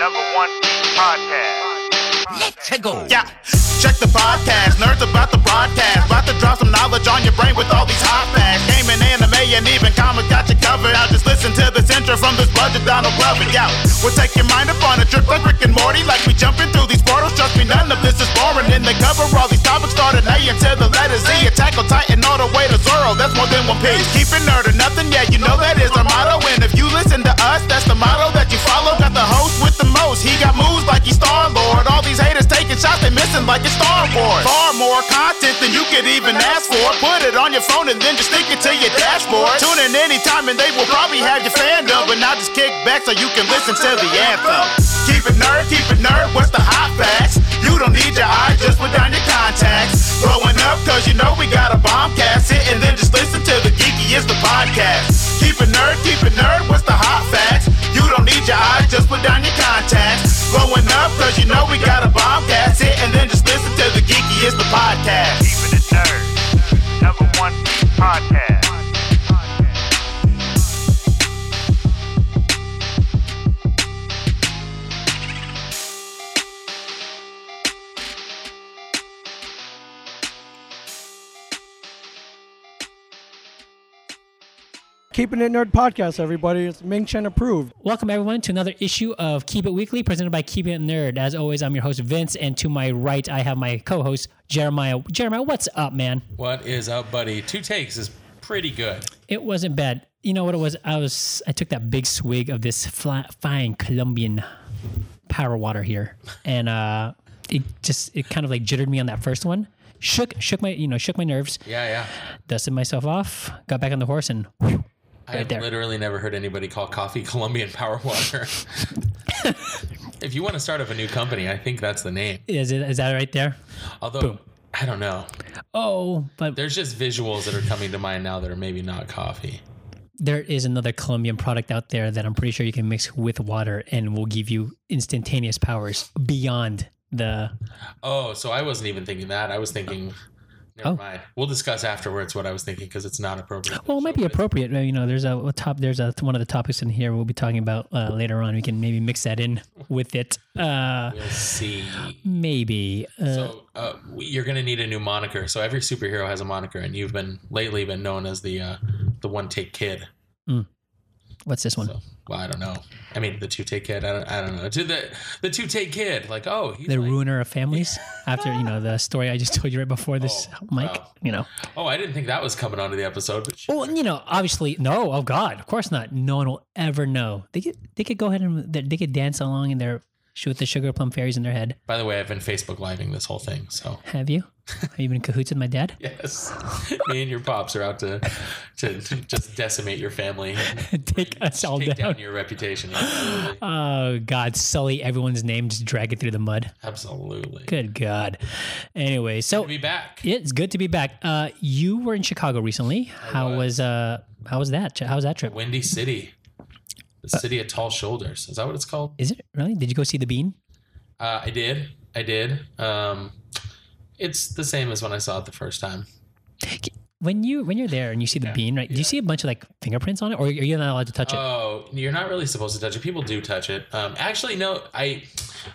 number one podcast. Let's go. Yeah. Check the podcast, nerds about the broadcast. About to drop some knowledge on your brain with all these hot facts. Gaming, anime, and even comics got you covered. Now just listen to this intro from this budget Donald Glover. Yeah, we'll take your mind up on a trip like Rick and Morty. Like we jumping through these portals, trust me, none of this is boring. And they cover all these topics, starting A until the letter Z. Attack on Titan all the way to Zoro, that's more than one piece. Keep it nerd or nothing, yeah, you know that is our motto. And if you listen to us, that's the motto that you follow. Got the host with the most, he got moves like he's Star-Lord. All these haters taking shots, they missing like it's Star Wars. Far more content than you could even ask for. Put it on your phone and then just stick it to your dashboard. Tune in anytime and they will probably have your fandom. But now just kick back so you can listen to the anthem. Keep it nerd, keep it nerd, what's the hot facts? You don't need your eyes, just put down your contacts. Growing up, cause you know we got a bombcast. Hit and then just listen to the geeky is the podcast. Keep it nerd, keep it nerd, what's the hot facts? You don't need your eyes, just put down your contacts. Growing up, cause you know we got a bombcast. Hit and then just listen to the geeky is the podcast. Keeping it nerd. Number one podcast. Keeping It Nerd podcast, everybody. It's Ming Chen approved. Welcome everyone to another issue of Keep It Weekly, presented by Keep It Nerd. As always, I'm your host Vince, and to my right, I have my co-host Jeremiah. Jeremiah, what's up, man? What is up, buddy? Two takes is pretty good. It wasn't bad. You know what it was? I was I took that big swig of this fly, fine Colombian power water here, and uh, it just it kind of like jittered me on that first one. Shook shook my you know shook my nerves. Yeah, yeah. Dusted myself off, got back on the horse, and I have there. literally never heard anybody call coffee Colombian power water. if you want to start up a new company, I think that's the name. is it is that right there? Although I don't know. Oh, but There's just visuals that are coming to mind now that are maybe not coffee. there is another Colombian product out there that I'm pretty sure you can mix with water and will give you instantaneous powers beyond the. Oh, so I wasn't even thinking that. I was thinking. Never Oh. mind. We'll discuss afterwards what I was thinking because it's not appropriate. Well, it might be appropriate. You know, there's a, a top. There's a one of the topics in here we'll be talking about uh, later on. We can maybe mix that in with it. Uh, We'll see. maybe. Uh, So uh, we- you're gonna need a new moniker. So every superhero has a moniker, and you've been lately been known as the uh, the one take kid. what's this one? So, well, I don't know. I mean, the two take kid. I don't. I don't know. To the the two take kid. Like, oh, he's the like- ruiner of families. After you know the story I just told you right before this, Oh, Mike. wow. You know. oh, I didn't think that was coming onto the episode. But Well, you know, obviously, no. Oh God, of course not. No one will ever know. They could, they could go ahead and they they could dance along in their with the sugar plum fairies in their head. by the way, I've been Facebook living this whole thing. So Have you? Have you been in cahoots with my dad? yes, me and your pops are out to to, to just decimate your family, and Take us all take down. down your reputation. Absolutely. Oh God, sully everyone's name, just drag it through the mud. Absolutely. Good God. Anyway, so To be back. it's good to be back. Uh, you were in Chicago recently. How was was. uh? How was that? How was that trip? Windy City, the Uh, city of tall shoulders. Is that what it's called? Is it really? Did you go see the bean? Uh, I did. I did. Um, it's the same as when I saw it the first time. When you when you're there and you see the bean, right? Do you see a bunch of like fingerprints on it, or are you not allowed to touch it? Oh, you're not really supposed to touch it. People do touch it. Um, actually, no. I,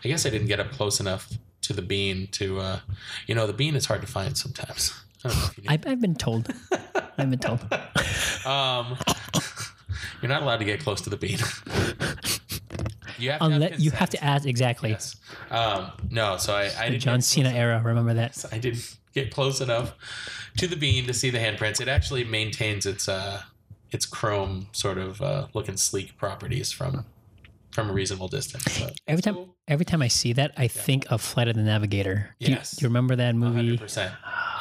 I guess I didn't get up close enough to the bean to, uh, you know, the bean is hard to find sometimes. I don't know if you knew. I've, I've been told. I've been told. um, you're not allowed to get close to the bean. you have to Unless have you have to ask exactly. consent. Um, no, so I, I didn't. John Cena era. Remember that? I didn't get close enough to the bean to see the handprints. It actually maintains its uh its chrome sort of uh, looking sleek properties from from a reasonable distance. So, Every time, every time I see that, I think of Flight of the Navigator. Do you- Yes. Do you, remember that movie? 100%.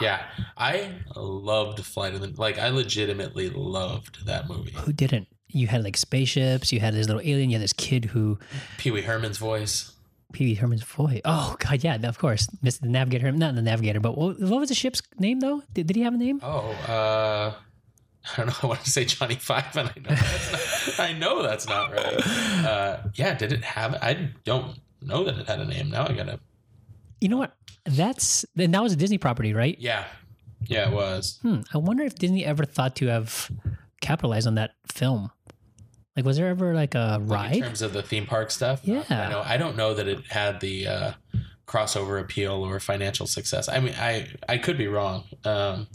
Yeah, I loved Flight of the like. I legitimately loved that movie. Who didn't? You had like spaceships. You had this little alien. You had this kid who Pee Wee Herman's voice. Pee Wee Herman's voice. Oh God, yeah, of course, Mr. the Navigator. Not the Navigator, but what, what was the ship's name though? Did, did he have a name? Oh, uh, I don't know. I want to say Johnny Five, and I know that's not, I know that's not right. Uh, yeah, did it have? I don't know that it had a name. Now I gotta You know what? That's and that was a Disney property, right? Yeah. Yeah, it was. Hmm, I wonder if Disney ever thought to have capitalized on that film. Like, was there ever like a in ride? terms of the theme park stuff. Yeah. I know. I don't know that it had the uh, crossover appeal or financial success. I mean, I I could be wrong um,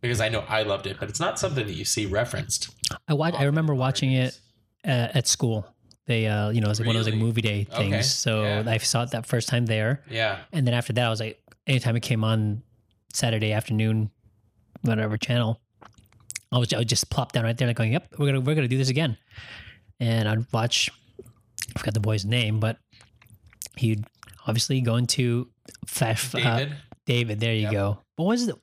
because I know I loved it, but it's not something that you see referenced. I watch, I remember watching it at, at school. They, uh, you know, it was like one of those like Really? movie day things. Okay, So yeah. I saw it that first time there, Yeah, and then after that, I was like, anytime it came on Saturday afternoon, whatever channel, I was I would just plop down right there, like going, "Yep, we're gonna we're gonna do this again," and I'd watch. I forgot the boy's name, but he'd obviously go into flash. uh, David. David, there you go. What was the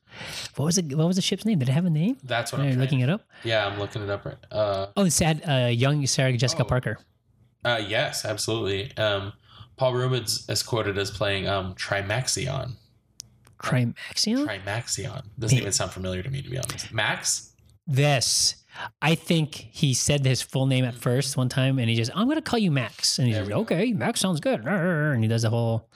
what was the what was the ship's name? Did it have a name? that's what Are I'm you looking looking. it up? Yeah, I'm looking it up. Right. Uh, Oh, it's sad. Uh, young Sarah Jessica Oh. Parker. uh, yes, absolutely. Um, Paul Rubens is quoted as playing um, Trimaxion. Trimaxion? Trimaxion doesn't even sound familiar to me, to be honest. Max. this. I think he said his full name at first one time, and he just, I'm gonna call you Max, and he's Mm-hmm. There like, we go. okay, Max sounds good, Arr, and he does the whole.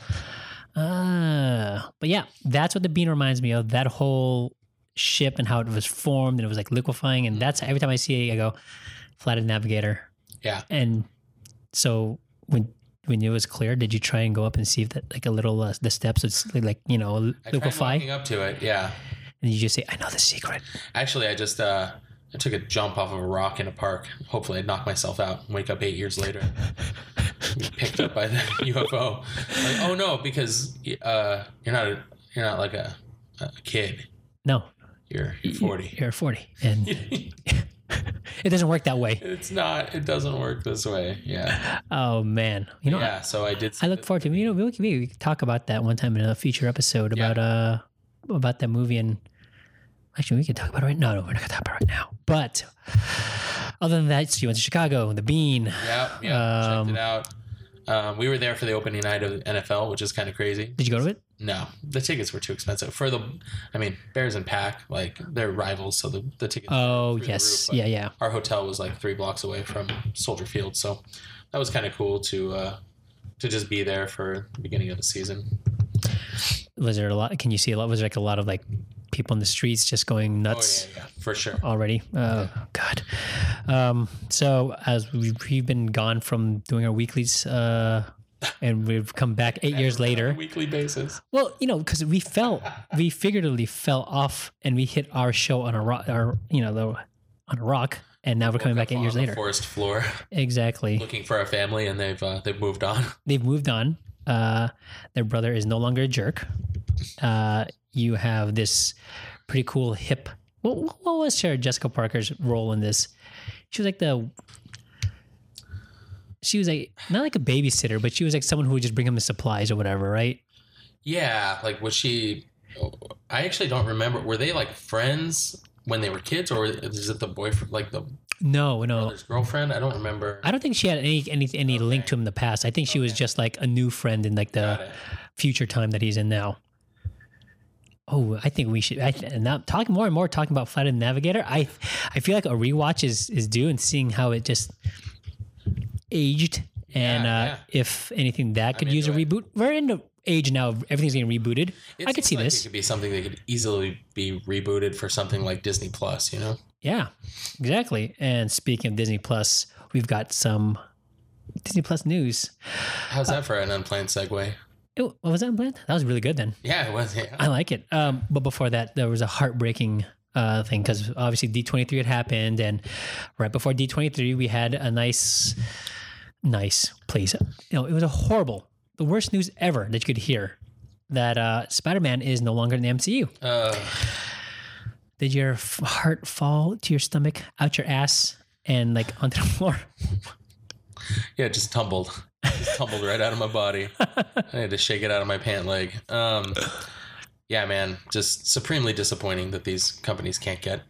Uh, but yeah, that's what the bean reminds me of. That whole ship and how it was formed, and it was like liquefying, and that's every time I see it, I go, flathead navigator, Mm-hmm. Yeah. and so when. When it was clear, did you try and go up and see if that like a little uh, the steps it's like you know I tried liquefy, walking up to it. Yeah. and you just say, "I know the secret." Actually, I just uh, I took a jump off of a rock in a park. Hopefully, I knocked myself out and wake up eight years later, picked up by the UFO. Like, oh no, because uh, you're not a, you're not like a, a kid. No, You're you're 40. you're 40 and it doesn't work that way It's not. It doesn't work this way. Yeah. oh man you know Yeah. So I did. I, I look forward to you know we can we can talk about that one time in a future episode about uh about that movie and actually we can talk about it right now no we're not gonna talk about it right now but other than that so you went to chicago the bean Yeah. Yeah. Um, checked it out. Um, we were there for the opening night of NFL, which is kind of crazy. did you go to it No, the tickets were too expensive for the. I mean, Bears and Pack, like they're rivals, so the the tickets. oh through the yes roof, but yeah yeah Our hotel was like three blocks away from Soldier Field, so that was kind of cool to uh, to just be there for the beginning of the season. was there a lot can you see a lot was there like a lot of like people in the streets just going Oh nuts yeah, yeah, for sure. already. Oh God. Um, so as we've, we've been gone from doing our weeklies, uh, and we've come back eight years On a later. weekly basis. Well, you know, because we fell, we figuratively fell off, and we hit our show on a rock, our you know, the, on a rock, and now we're coming back eight On years the later. Forest floor, Exactly. looking for a family, and they've uh, they've moved on. They've moved on. Uh, their brother is no longer a jerk. Uh, you have this pretty cool hip. What, what was Sarah Jessica Parker's role in this? She was like the. She was like not like a babysitter, but she was like someone who would just bring him the supplies or whatever, right? Yeah, like was she? I actually don't remember. Were they like friends when they were kids, or is it the boyfriend, like the No, no, brother's girlfriend? I don't remember. I don't think she had any any any link to him in the past. I think she was just like a new friend in like Got the it. future time that he's in now. Oh, I think we should. I, and now talking more and more talking about Flight of the Navigator, I I feel like a rewatch is is due and seeing how it just aged and Yeah, uh, yeah. if anything that could use a into it. reboot. We're in the age now of everything's getting rebooted. It I could seems see like It this. could be something that could easily be rebooted for something like Disney Plus. You know, Yeah, exactly. And speaking of Disney Plus, we've got some Disney Plus news. how's that for an unplanned segue? Oh, what was that planned? That was really good then. Yeah, it was. Yeah. I like it. Um, but before that, there was a heartbreaking uh, thing because obviously D23 had happened, and right before D23, we had a nice, nice place. You know, it was a horrible, the worst news ever that you could hear that uh, Spider Man is no longer in the MCU. Uh, Did your f- heart fall to your stomach, out your ass, and like onto the floor? yeah, it just tumbled, just tumbled right out of my body. I had to shake it out of my pant leg. Um, yeah, man, just supremely disappointing that these companies can't get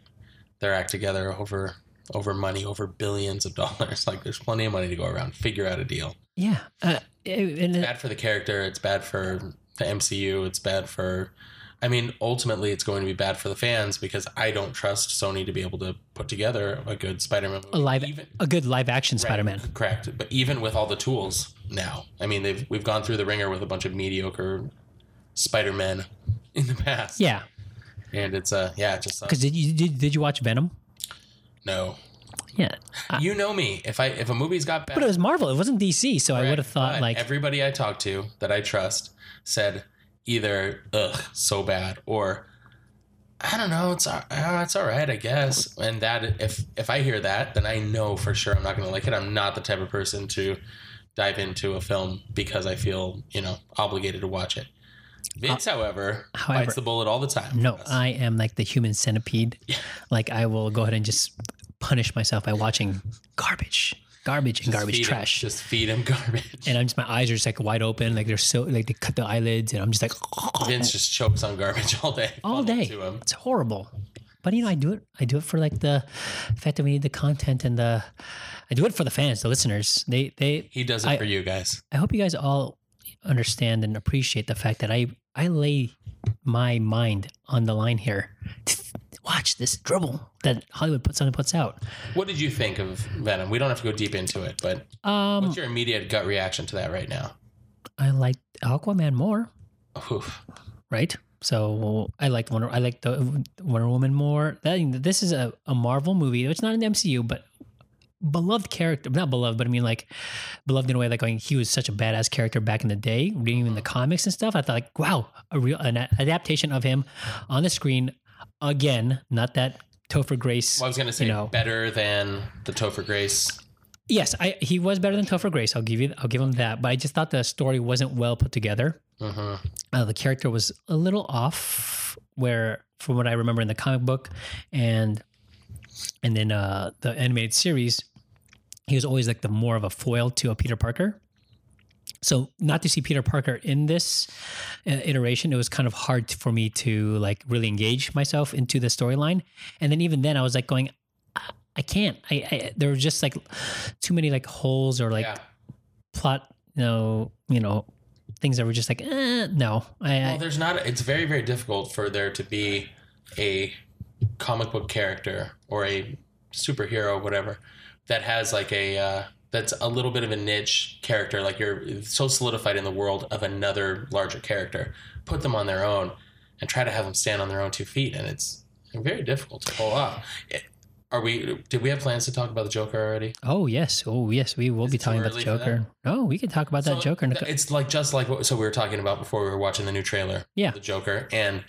their act together over over money, over billions of dollars. Like, there's plenty of money to go around. Figure out a deal. Yeah. Uh, it- and it- bad for the character. It's bad for the MCU. It's bad for. I mean, ultimately, it's going to be bad for the fans because I don't trust Sony to be able to put together a good Spider-Man a movie. live, even, a good live action Spider Man. correct? But even with all the tools now, I mean, they've we've gone through the ringer with a bunch of mediocre Spider-Men in the past. Yeah. and it's uh, yeah, it just uh, Because did you did, did you watch Venom? no. Yeah. I- You know me. If I if a movie's got bad but it was Marvel. It wasn't DC, so I would have thought But like everybody I talked to that I trust said either ugh so bad or I don't know it's all- uh, it's all right I guess and that if if I hear that then I know for sure I'm not gonna like it I'm not the type of person to dive into a film because I feel you know obligated to watch it. Vince, however, Uh, however- bites the bullet all the time. no, I am like the human centipede. Like I will go ahead and just punish myself by watching garbage, garbage, and garbage Feed him- trash. just feed him garbage. and I'm just my eyes are just like wide open, like they're so like they cut the eyelids, and I'm just like Vince just chokes on garbage all day. all Funnel day. To him. It's horrible. But you know, I do it. I do it for like the fact that we need the content and the. I do it for the fans, the listeners. They they. He does it I- for you guys. I hope you guys all understand and appreciate the fact that I I lay my mind on the line here. Watch this dribble that Hollywood puts on and puts out. What did you think of Venom? We don't have to go deep into it, but Um, what's your immediate gut reaction to that right now? I like Aquaman more. Oof. right? So I liked Wonder. I liked the Wonder Woman more. That this is a, a Marvel movie. It's not an MCU, but beloved character. Not beloved, but I mean like beloved in a way like going. He was such a badass character back in the day. Reading him in the comics and stuff, I thought like, wow, a real an adaptation of him on the screen again. Not that Topher Grace. Well, I was going to say You know. better than the Topher Grace. Yes, I, he was better than Topher Grace. I'll give you. I'll give him that. But I just thought the story wasn't well put together. Mhm. uh, the character was a little off where from what i remember in the comic book and and then uh the animated series he was always like the more of a foil to a peter parker so not to see peter parker in this uh, iteration it was kind of hard for me to like really engage myself into the storyline and then even then i was like going "I- i can't i, I there were just like too many like holes or like yeah. plot you know you know things that were just like eh, no I, Well, I there's not. It's very, very difficult for there to be a comic book character or a superhero, whatever, that has like a uh, that's a little bit of a niche character. Like you're so solidified in the world of another larger character. Put them on their own and try to have them stand on their own two feet, and it's very difficult to pull off. It- Are we? Did we have plans to talk about the Joker already? oh yes oh yes we will Is be it too talking about the early for joker no we can talk about that So, joker in a cou- It's like just like what, so we were talking about before we were watching the new trailer. Yeah. the Joker, and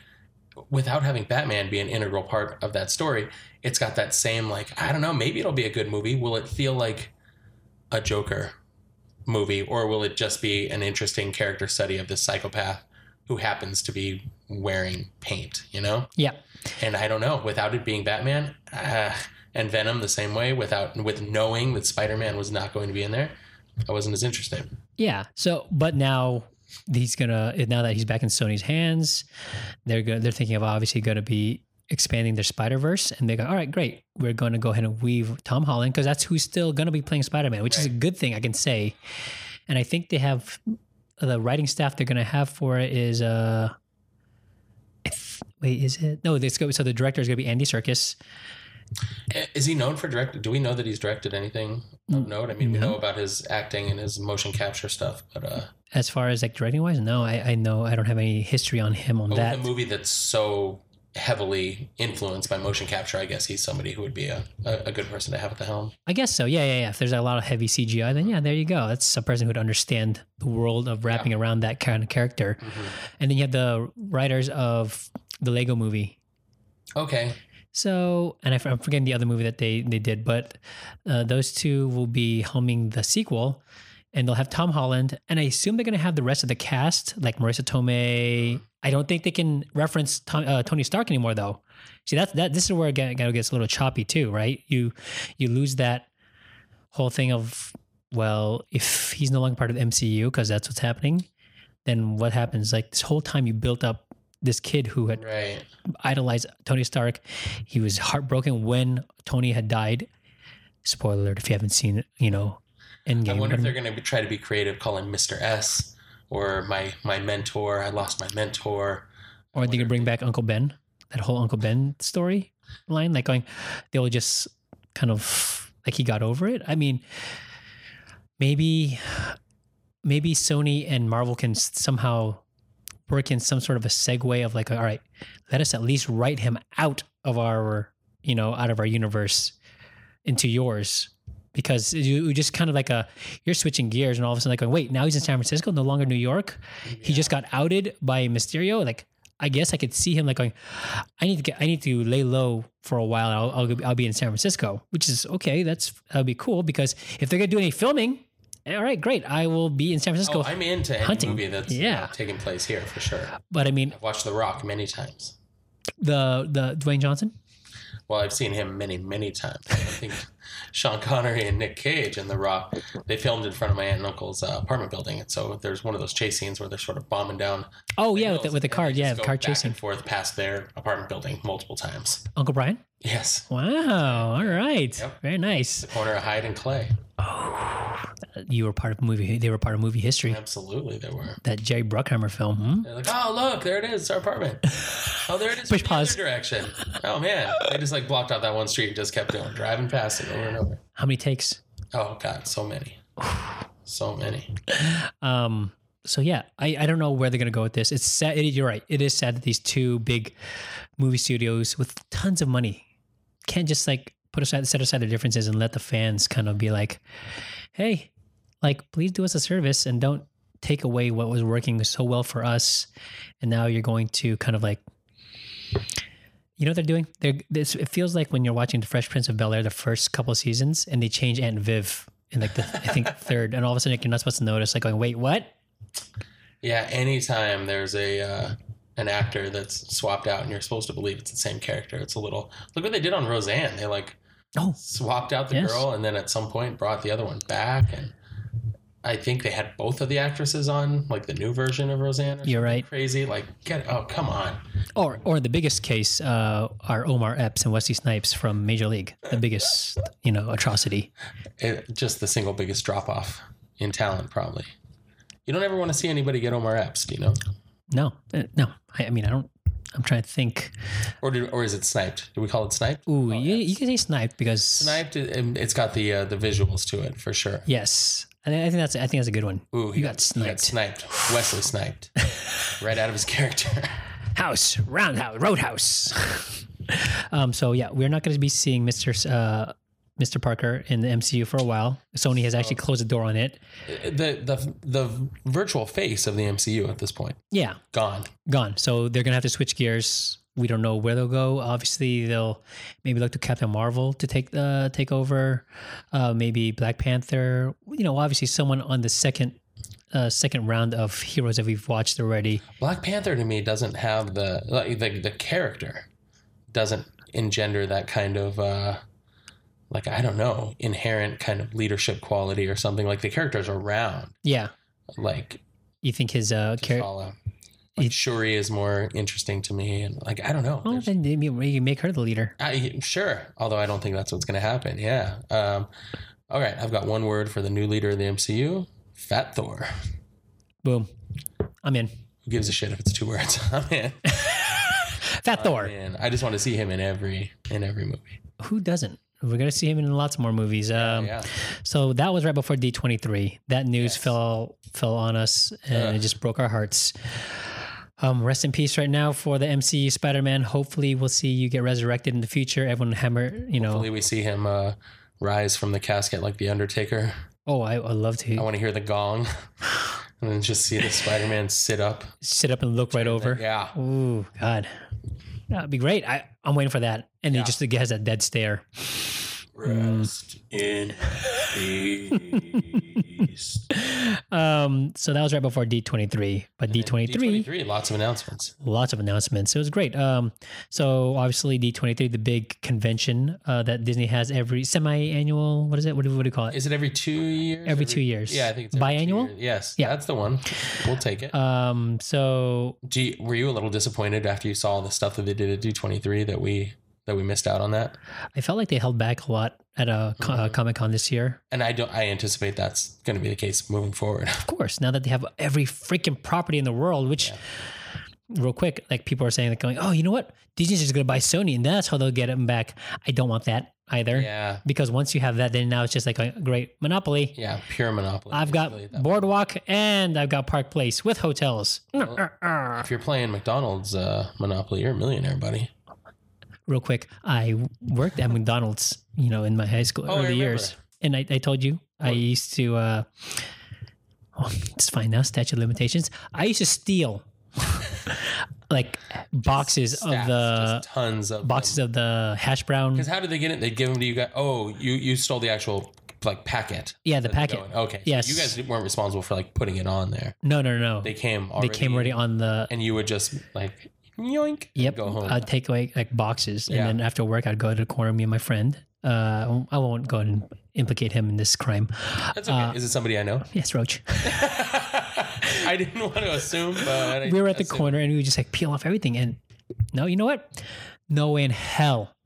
without having Batman be an integral part of that story, it's got that same like I don't know. Maybe it'll be a good movie. Will it feel like a Joker movie, or will it just be an interesting character study of this psychopath who happens to be wearing paint? You know. yeah And I don't know, without it being Batman uh, and Venom the same way, without with knowing that Spider Man was not going to be in there, I wasn't as interested. yeah so but now he's gonna now that he's back in sony's hands they're gonna they're thinking of obviously gonna be expanding their spider-verse and they go all right great we're gonna go ahead and weave tom holland because that's who's still gonna be playing spider-man which is a Right. good thing i can say and i think they have the writing staff they're gonna have for it is uh wait is it no this go so the director is gonna be andy circus Is he known for direct? Do we know that he's directed anything of note? I mean, we know about his acting and his motion capture stuff, but uh, as far as like directing wise no i i know i don't have any history on him on but that with a movie that's so heavily influenced by motion capture, I guess he's somebody who would be a, a, a good person to have at the helm. I guess so. Yeah, yeah, yeah. If there's a lot of heavy CGI, then yeah, there you go. That's a person who'd understand the world of wrapping around that kind of character. And then you have the writers of the Lego movie. Okay, So, and I, am forgetting the other movie that they, they did, but uh, those two will be helming the sequel and they'll have Tom Holland. And I assume they're going to have the rest of the cast, like Marissa Tomei. I don't think they can reference Tom, uh, Tony Stark anymore, though. See, that's that. This is where it get- it gets a little choppy too, right? You you lose that whole thing of well, if he's no longer part of the MCU because that's what's happening, then what happens? Like this whole time you built up this kid who had right. idolized Tony Stark. He was heartbroken when Tony had died. Spoiler alert if you haven't seen, you know, Endgame. I wonder if but- they're going to be, try to be creative, call him Mr. S or my my mentor. I lost my mentor. or they could bring back Uncle Ben, that whole Uncle Ben story line, like going, they'll just kind of like he got over it. I mean, maybe, maybe Sony and Marvel can s- somehow work in some sort of a segue of like, all right, let us at least write him out of our, you know, out of our universe into yours because you you just kind of like a you're switching gears and all of a sudden like going, wait now he's in San Francisco no longer New York he just got outed by Mysterio like I guess I could see him like going I need to get I need to lay low for a while I'll I'll, I'll be in San Francisco which is okay that's that'll be cool because if they're gonna do any filming all right great I will be in San Francisco Oh, I'm into any hunting. movie that's Yeah. uh, taking place here for sure. but I mean I've watched The Rock many times. the the Dwayne Johnson Well, I've seen him many, many times. I think Sean Connery and Nick Cage and The Rock, they filmed in front of my aunt and uncle's uh, apartment building. And so there's one of those chase scenes where they're sort of bombing down. oh yeah with the, hills with the and they card yeah just the go card back chasing and forth past their apartment building multiple times. Uncle Brian Yes. wow all right Yep. very nice Corner of Hyde and Clay. you were part of movie they were part of movie history Absolutely, they were. that Jerry Bruckheimer film hmm? They're like, oh look, there it is, it's our apartment. Oh, there it is. Push from the other pause. direction. Oh man, they just like blocked out that one street and just kept going, driving past it over and over. how many takes Oh god, so many, so many. um so yeah I, I don't know where they're gonna go with this it's sad it, you're right it is sad that these two big movie studios with tons of money can't just like put aside set aside their differences and let the fans kind of be like hey like please do us a service and don't take away what was working so well for us and now you're going to kind of like you know what they're doing they're this it feels like when you're watching the fresh prince of bel-air the first couple of seasons and they change aunt viv in like the i think third and all of a sudden like, you're not supposed to notice like going wait what Yeah, anytime there's a uh, an actor that's swapped out and you're supposed to believe it's the same character, it's a little. Look what they did on Roseanne. They like oh swapped out the Yes. girl and then at some point brought the other one back and I think they had both of the actresses on, like the new version of Roseanne. Or You're something right. Crazy. Like, get oh come on. or or the biggest case uh, are omar epps and wesley snipes from major league the biggest you know atrocity It, just the single biggest drop off in talent, probably. You don't ever want to see anybody get Omar Epps, do you know? no uh, no i, I mean i don't i'm trying to think Or do, or is it sniped? Do we call it sniped? ooh you, you can say sniped because Sniped. um, It's got the uh, the visuals to it for sure. yes and i think that's i think that's a good one Ooh, you got, sniped sniped. Wesley sniped. right out of his character. house roundhouse roadhouse um so yeah we're not going to be seeing mr S- uh mr parker in the mcu for a while sony has actually closed the door on it the the the virtual face of the MCU at this point yeah gone. gone so they're going to have to switch gears we don't know where they'll go obviously they'll maybe look to captain marvel to take the take over uh maybe black panther you know obviously someone on the second uh, second round of heroes that we've watched already Black Panther to me doesn't have the like the, the character doesn't engender that kind of uh like I don't know inherent kind of leadership quality or something like the characters around yeah like you think his uh character T'Challa like Shuri is more interesting to me and like I don't know well There's- Oh, then maybe you make her the leader I, sure although I don't think that's what's gonna happen yeah um all right I've got one word for the new leader of the MCU Fat Thor Boom. I'm in. who gives a shit if it's two words I'm in Oh, Fat Thor. man I just want to see him in every in every movie Who doesn't? We're gonna see him in lots more movies. Um, yeah. So that was right before D twenty three. That news Yes. fell fell on us, and it Ugh. just broke our hearts. Um, rest in peace right now for the MCU Spider Man. Hopefully, we'll see you get resurrected in the future. Everyone hammer, you know. Hopefully, we see him uh, rise from the casket like the Undertaker. Oh, I, I love to I want to hear the gong and then just see the Spider Man sit up. sit up and look right over. Yeah. Ooh, God, that'd be great. I I'm waiting for that, and he just has that dead stare. Mm, Rest in peace. Um, so that was right before D twenty three, but D twenty three. D23, lots of announcements. lots of announcements. It was great. Um, so obviously D23, the big convention uh, that Disney has every semi-annual. What is it? What do, what do you call it? Is it every two years? Every two years. Yeah, I think it's every two Biannual? years. Yes. Yeah. Yeah. That's the one. We'll take it. um, so Do you, were you a little disappointed after you saw all the stuff that they did at D23 that we that we missed out on that? I felt like they held back a lot at a co- Mm-hmm. uh, Comic Con this year. And I don't. I anticipate that's going to be the case moving forward. Of course, now that they have every freaking property in the world, which. Real quick, like people are saying, like going, oh, you know what? Disney's just gonna buy Sony, and that's how they'll get them back. I don't want that either, yeah. because once you have that, then now it's just like a great monopoly. Yeah, pure monopoly. I've got basically, at that Boardwalk and I've got Park Place with hotels. point. if you're playing McDonald's uh, Monopoly, you're a millionaire, buddy. real quick. I worked at McDonald's, you know, in my high school Oh, I early remember. years, and I, I told you I used to. Uh, oh, it's fine now. Statute of limitations. I used to steal like boxes of Stacks, the just tons of boxes of the hash brown. Because how did they get it? They give them to you guys. Oh, you you stole the actual like packet. Yeah, the that they packet. go in. Okay. so Yes. you guys weren't responsible for like putting it on there. No, no, no. They They, came already. came already on the. And you would just like yoink. Yep. Go home. I'd take away like boxes, Yeah. and then after work, I'd go to the corner. Me and my friend. Uh, I won't go and implicate him in this crime. That's uh, okay. Is it somebody I know? Yes, Roach. I didn't want to assume, but I we were at the assumed. corner and we would just like peel off everything. And no, you know what? No way in hell.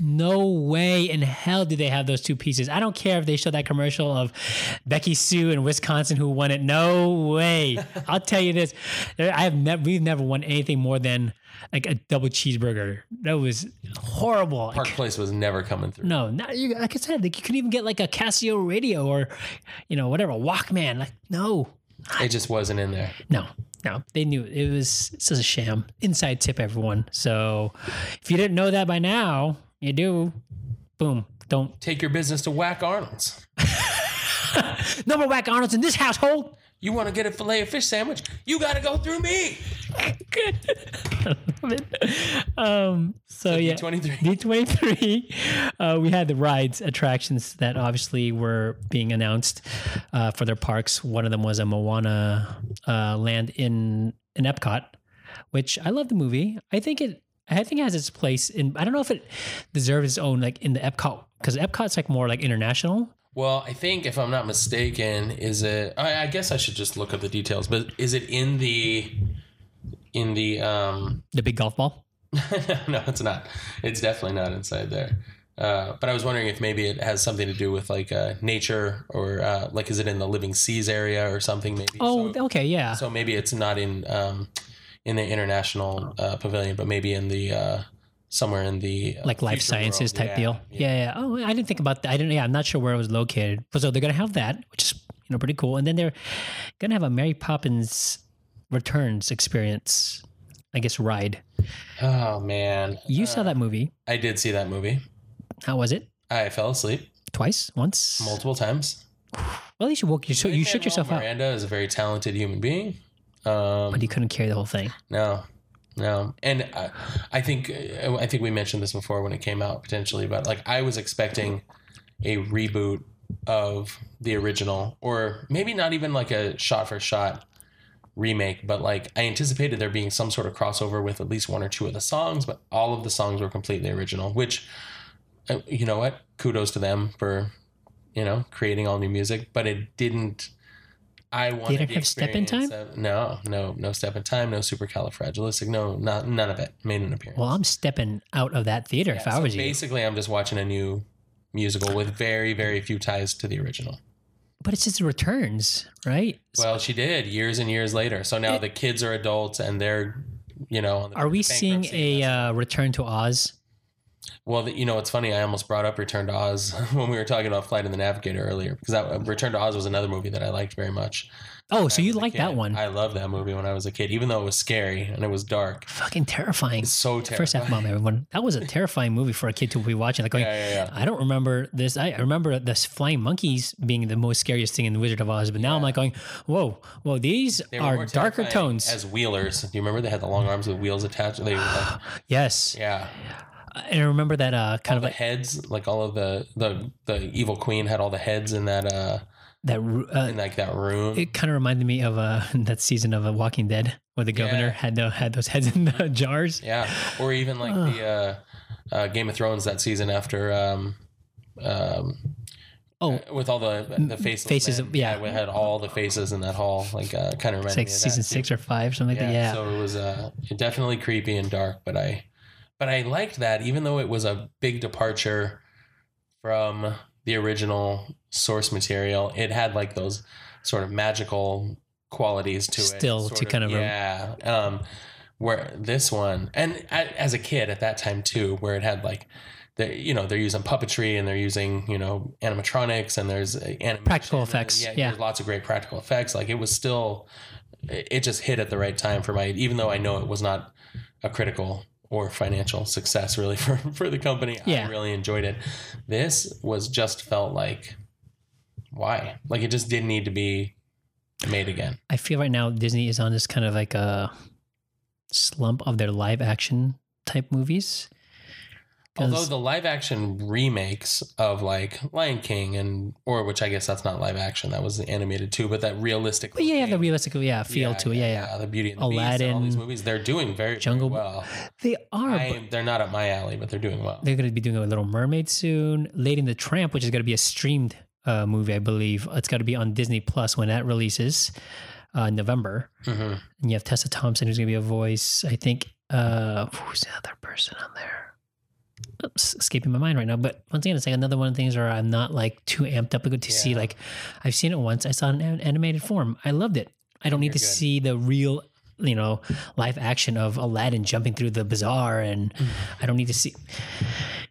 No way in hell did they have those two pieces. I don't care if they showed that commercial of Becky Sue in Wisconsin who won it. No way. I'll tell you this. There- I have never we've never won anything more than like a double cheeseburger. That was horrible. Park Place was never coming through. No, not you, like I said, like you couldn't even get like a Casio radio or you know, whatever, Walkman. Like, no. It just wasn't in there. No, no, they knew it, it was this is a sham. Inside tip, everyone. So if you didn't know that by now, you do. Boom. Don't Take your business to Whack Arnold's. no more whack Arnold's in this household. You want to get a filet of fish sandwich? You got to go through me. Good. I love it. um, so, yeah, D23. D twenty three. uh, We had the rides attractions that obviously were being announced uh, for their parks. One of them was a Moana uh, land in in Epcot, which I love the movie. I think it. I think it has its place in. I don't know if it deserves its own like in the Epcot because Epcot's like more like international. Well, I think if I'm not mistaken, is it? I, I guess I should just look up the details. But is it in the in the um? The big golf ball. no, it's not. It's definitely not inside there. Uh, but I was wondering if maybe it has something to do with like uh, nature or uh, like is it in the living seas area or something? Maybe. Oh, So- okay, yeah. So maybe it's not in um, in the international uh, pavilion, but maybe in the uh, somewhere in the uh, like life future sciences world. type Yeah, deal. yeah. Yeah. yeah, Oh, I didn't think about that. I didn't. Yeah, I'm not sure where it was located. But so they're gonna have that, which is you know pretty cool. And then they're gonna have a Mary Poppins Returns experience, I guess ride. Oh man, You saw Uh, that movie. I did see that movie. How was it? I fell asleep Twice, once. multiple times. Well, at least you woke. You, so you shook Lin-Manuel yourself up, Miranda is a very talented human being. Um, but you couldn't carry the whole thing. No, no, and I, I think I think we mentioned this before when it came out potentially, but like I was expecting a reboot of the original, or maybe not even like a shot for shot remake, but like I anticipated there being some sort of crossover with at least one or two of the songs, but all of the songs were completely original, which uh, you know what, kudos to them for you know creating all new music, but it didn't. I wanted didn't the have Step in experience Time? of- no, no, no step in time, no supercalifragilistic, no, not none of it made an appearance. Well, I'm stepping out of that theater if I So was you. basically, I'm just watching a new musical with very, very few ties to the original. But it's just returns, right? Well, she did years and years later. So now the kids are adults and they're, you know, on the Are we bankruptcy seeing a mess. uh, Return to Oz? Well, the, you know, it's funny. I almost brought up Return to Oz when we were talking about Flight of the Navigator earlier because that, uh, Return to Oz was another movie that I liked very much. Oh, so you like Kid. that one? I loved that movie when I was a kid, even though it was scary and it was dark. Fucking terrifying. So First terrifying. F bomb, everyone. That was a terrifying movie for a kid to be watching. Like, going, Yeah, yeah, yeah. I don't remember this. I I remember the flying monkeys being the most scariest thing in The Wizard of Oz, but now I'm like going, whoa, whoa, these They were more are darker terrifying tones. as wheelers. Do you remember they had the long arms with wheels attached? They were like, yes, yeah, and I remember that uh, kind all of the like heads, like all of the the the evil queen had all the heads in that uh that. Uh, in like that room. it kind of reminded me of uh, that season of uh, Walking Dead, where the governor Yeah. had the, had those heads in the jars. yeah, or even like the uh, uh, Game of Thrones that season after. Um, um, uh, Oh. with all the the faces, Faces of- yeah. we had all the faces in that hall. Like, uh, kind of reminded It's like me of season that too. six or five, something like yeah, that. Yeah, So it was uh, definitely creepy and dark, but I, but I liked that, even though it was a big departure from the original source material. It had like those sort of magical qualities to it. Still sort to kind of rem- yeah. Um, where this one, and I, as a kid at that time too, where it had like. They, you know they're using puppetry and they're using you know animatronics and there's uh, animation Practical and effects, yeah. there's lots of great practical effects like it was still it it just hit at the right time for my even though I know it was not a critical or financial success really for, for the company. Yeah. I really enjoyed it. This was just felt like why? Like it just didn't need to be made again. I feel right now Disney is on this kind of like a slump of their live action type movies. 'Cause- Although the live action remakes of like Lion King and or which I guess that's not live action, that was animated too, but that realistic but yeah, yeah, the looking- realistic, yeah, feel to it, yeah, yeah. The Beauty and the Beast and all these Aladdin, movies, they're doing very, Jungle very well. They are, but I, they're not up my alley, but they're doing well. they're going to be doing a Little Mermaid soon. Lady and the Tramp, which is going to be a streamed uh, movie, I believe. It's going to be on Disney Plus when that releases uh, in November. Mhm. And you have Tessa Thompson, who's going to be a voice. I think uh, who's the other person on there? It's escaping my mind right now. But once again, it's like another one of the things where I'm not like too amped up to see. Yeah. Like I've seen it once. I saw it in an animated form. I loved it. I don't need You're to good. see the real, you know, live action of Aladdin jumping through the bazaar, and Mm. I don't need to see.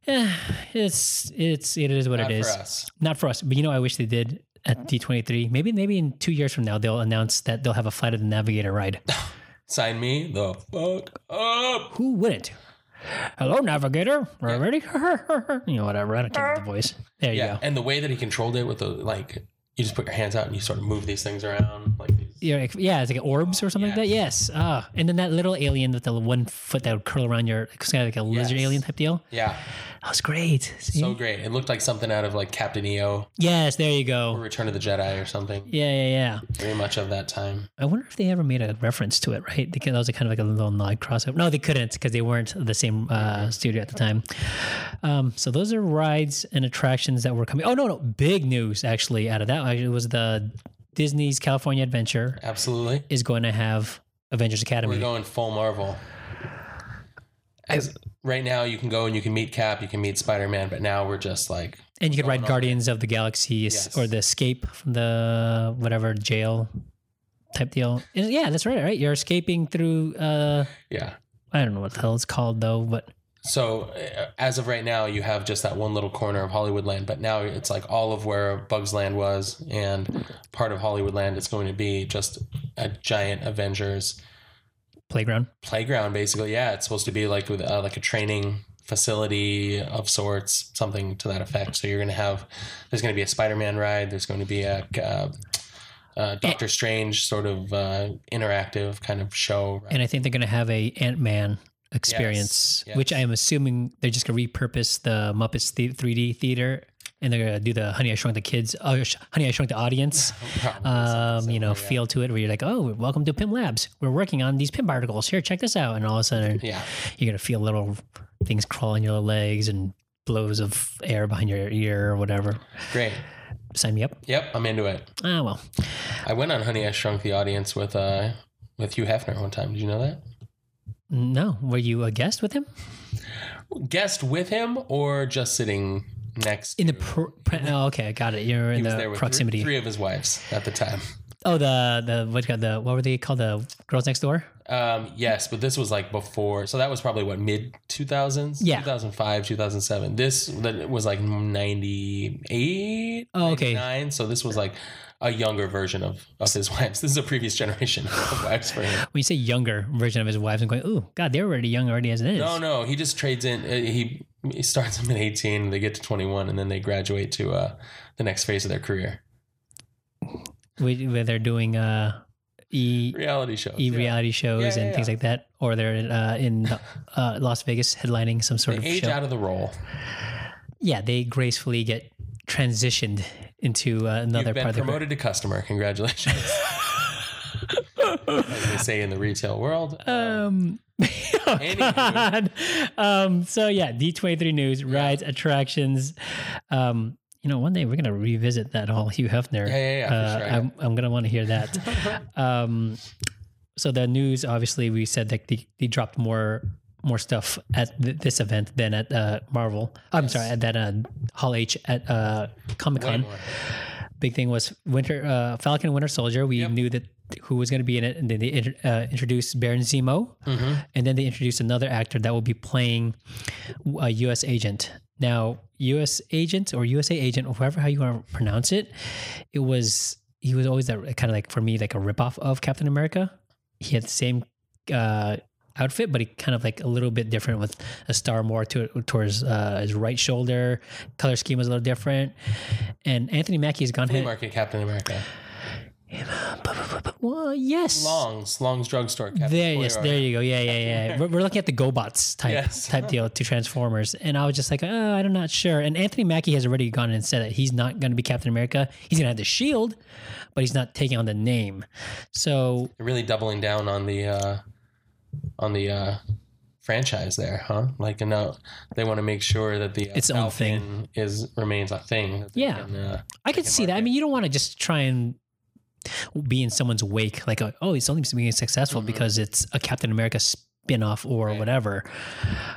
Eh, it's it's it is what Not it is. for us. Not for us, but you know, I wish they did at D23. Maybe maybe in two years from now they'll announce that they'll have a Flight of the Navigator ride. Sign me the fuck up. Who wouldn't? Hello, Navigator. Are you ready? you know, whatever. I don't care about the voice. There you Yeah, go. and the way that he controlled it with the like, you just put your hands out and you sort of move these things around, like these. Yeah, like- yeah, it's like orbs or something like that. Yes. Ah, and then that little alien with the one foot that would curl around your, it's kind of like a lizard Yes. alien type deal. Yeah, That was great. See? so great. It looked like something out of like Captain EO yes, there you or go. Return of the Jedi or something. Yeah, yeah, yeah. Very much of that time. I wonder if they ever made a reference to it, right? Because that was a kind of like a little nod crossover. No, they couldn't because they weren't the same uh, studio at the time. Um, so those are rides and attractions that were coming. Oh no, no, big news actually out of that it was the Disney's California Adventure Absolutely, is going to have Avengers Academy. we're going full Marvel. As right now, you can go and you can meet Cap, you can meet Spider Man, but now we're just like And you could ride on Guardians of the Galaxy s- Yes. or the escape from the whatever jail type deal. And yeah, that's right. Right, you're escaping through. Uh, yeah. I don't know what the hell it's called though, but So uh, as of right now, you have just that one little corner of Hollywoodland, but now it's like all of where Bugs Land was and part of Hollywoodland is going to be just a giant Avengers playground. playground, basically. Yeah, it's supposed to be like with uh, like a training facility of sorts, something to that effect. So you're going to have there's going to be a Spider-Man ride. There's going to be a uh, Eh. uh, Doctor Strange sort of uh, interactive kind of show. and I think they're going to have a Ant Man experience, Yes, which yes. I am assuming they're just going to repurpose the Muppets the- 3D theater, and they're going to do the Honey I Shrunk the Kids, oh, sh- Honey I Shrunk the Audience, Probably um, something you know, similar, yeah. feel to it where you're like, oh, welcome to Pim Labs. We're working on these Pim articles. Here, check this out, and all of a sudden Yeah. you're going to feel little things crawling your legs and blows of air behind your ear or whatever. Great. Sign me up. Yep. I'm into it. Ah, well, I went on Honey I Shrunk the Audience with uh with Hugh Hefner one time. Did you know that? no. Were you a guest with him Guest with him or just sitting next? in the? to- Pr- pre- oh, okay, got it. You're he in was there the with three- proximity. Three, of his wives at the time. Oh, the the what the what were they called? The girls next door. Um, yes, but this was like before, so that was probably what mid two thousands, Yeah. two thousand five, two thousand seven. This that was like ninety eight. Oh, okay. Nine. So this was like a younger version of of his wives. This is a previous generation of wives for him. When you say younger version of his wives, I'm going, ooh, God, they're already young already as it is. No, no, he just trades in. uh, He he starts them at eighteen. They get to twenty one, and then they graduate to uh, the next phase of their career, Wh- Where they're doing uh, e reality shows. e yeah. reality shows Yeah, yeah, and things yeah. like that, or they're uh, in uh, Las Vegas headlining some sort They of age show. out of the role. yeah, they gracefully get transitioned into uh, another You've been part of the promoted to customer. Congratulations. As they say in the retail world. Um, oh, Anywho. God. Um, so yeah, D twenty three news, rides, attractions. Um, you know, one day we're gonna revisit that whole Hugh Hefner. Yeah, yeah, yeah, for uh, sure, yeah. I'm, I'm gonna want to hear that. um, so the news, obviously, we said that they, they dropped more more stuff at th- this event than at uh, Marvel. I'm sorry, at that uh, Hall H at uh, Comic Way Con more. big thing was Winter uh, Falcon and Winter Soldier. We Yep. knew that who was going to be in it, and then they inter- uh, introduced Baron Zemo, and then they introduced another actor that will be playing a U.S. agent. Now, U.S. agent or USA agent, or whoever how you want to pronounce it, it was he was always that kind of like for me like a ripoff of Captain America. He had the same uh, outfit, but he kind of like a little bit different with a star more to towards uh, his right shoulder. Color scheme was a little different, and Anthony Mackie has gone Flea ahead. market Captain America. Well, uh, yes, Longs, Longs drugstore. Captain There, yes, Boyardee. there you go. Yeah, yeah, yeah. We're, we're looking at the GoBots type Yes. type deal to Transformers, and I was just like, oh, I'm not sure. And Anthony Mackie has already gone and said that he's not going to be Captain America. He's going to have the shield, but he's not taking on the name. So They're really doubling down on the uh, on the uh, franchise there, huh? Like, no, they want to make sure that the uh, Its own thing. Falcon is remains a thing. that they Yeah. can, uh, I could can see that. I market. mean, you don't want to just try and be in someone's wake, like, uh, oh, it's only being successful because it's a Captain America spin off or Mm-hmm. Right. whatever.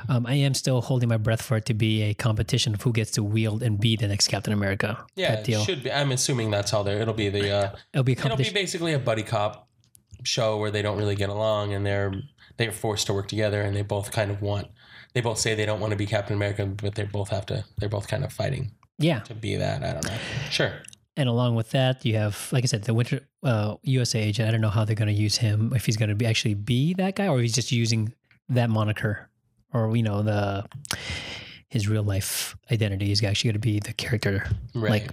Um, I am still holding my breath for it to be a competition of who gets to wield and be the next Captain America. yeah, type it deal. should be. I'm assuming that's how they're. It'll be the. Uh, It'll be a it'll be competition. basically a buddy cop show where they don't really get along and they're they're forced to work together and they both kind of want. They both say they don't want to be Captain America, but they both have to. They're both kind of fighting yeah. to be that. I don't know. Sure. and along with that, you have, like I said, the Winter uh, USA agent. I don't know how they're going to use him. If he's going to be actually be that guy, or he's just using that moniker, or you know the his real life identity is actually going to be the character. Right. Like,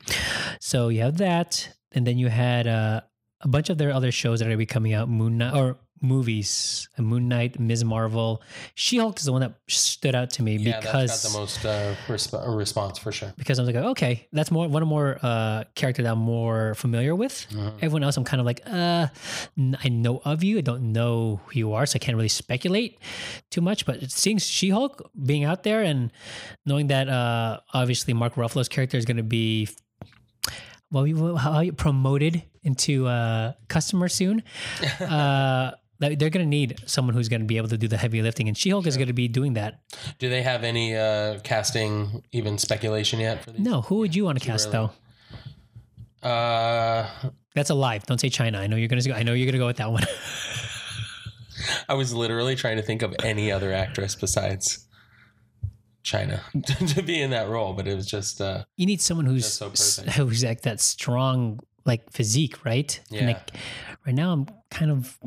so you have that, and then you had uh, a bunch of their other shows that are going to be coming out. Moon Knight or movies, Moon Knight, Ms. Marvel, She Hulk is the one that stood out to me yeah, because that's got the most uh, resp- response for sure. because I'm like, okay, that's more one more uh, character that I'm more familiar with. Everyone else, I'm kind of like, uh, n- I know of you, I don't know who you are, so I can't really speculate too much. But seeing She-Hulk being out there and knowing that uh, obviously Mark Ruffalo's character is going to be well, we will- how you promoted into uh, customer soon. uh, that they're going to need someone who's going to be able to do the heavy lifting, and She-Hulk is going to be doing that. Do they have any uh, casting even speculation yet? For these? No, who would you want to cast early. though? Uh, That's alive. Don't say China. I know you're gonna. I know you're gonna go with that one. I was literally trying to think of any other actress besides China to be in that role, but it was just uh, You need someone who's That's so perfect. who's like that strong, like physique, right? And, Yeah. like, right now, I'm kind of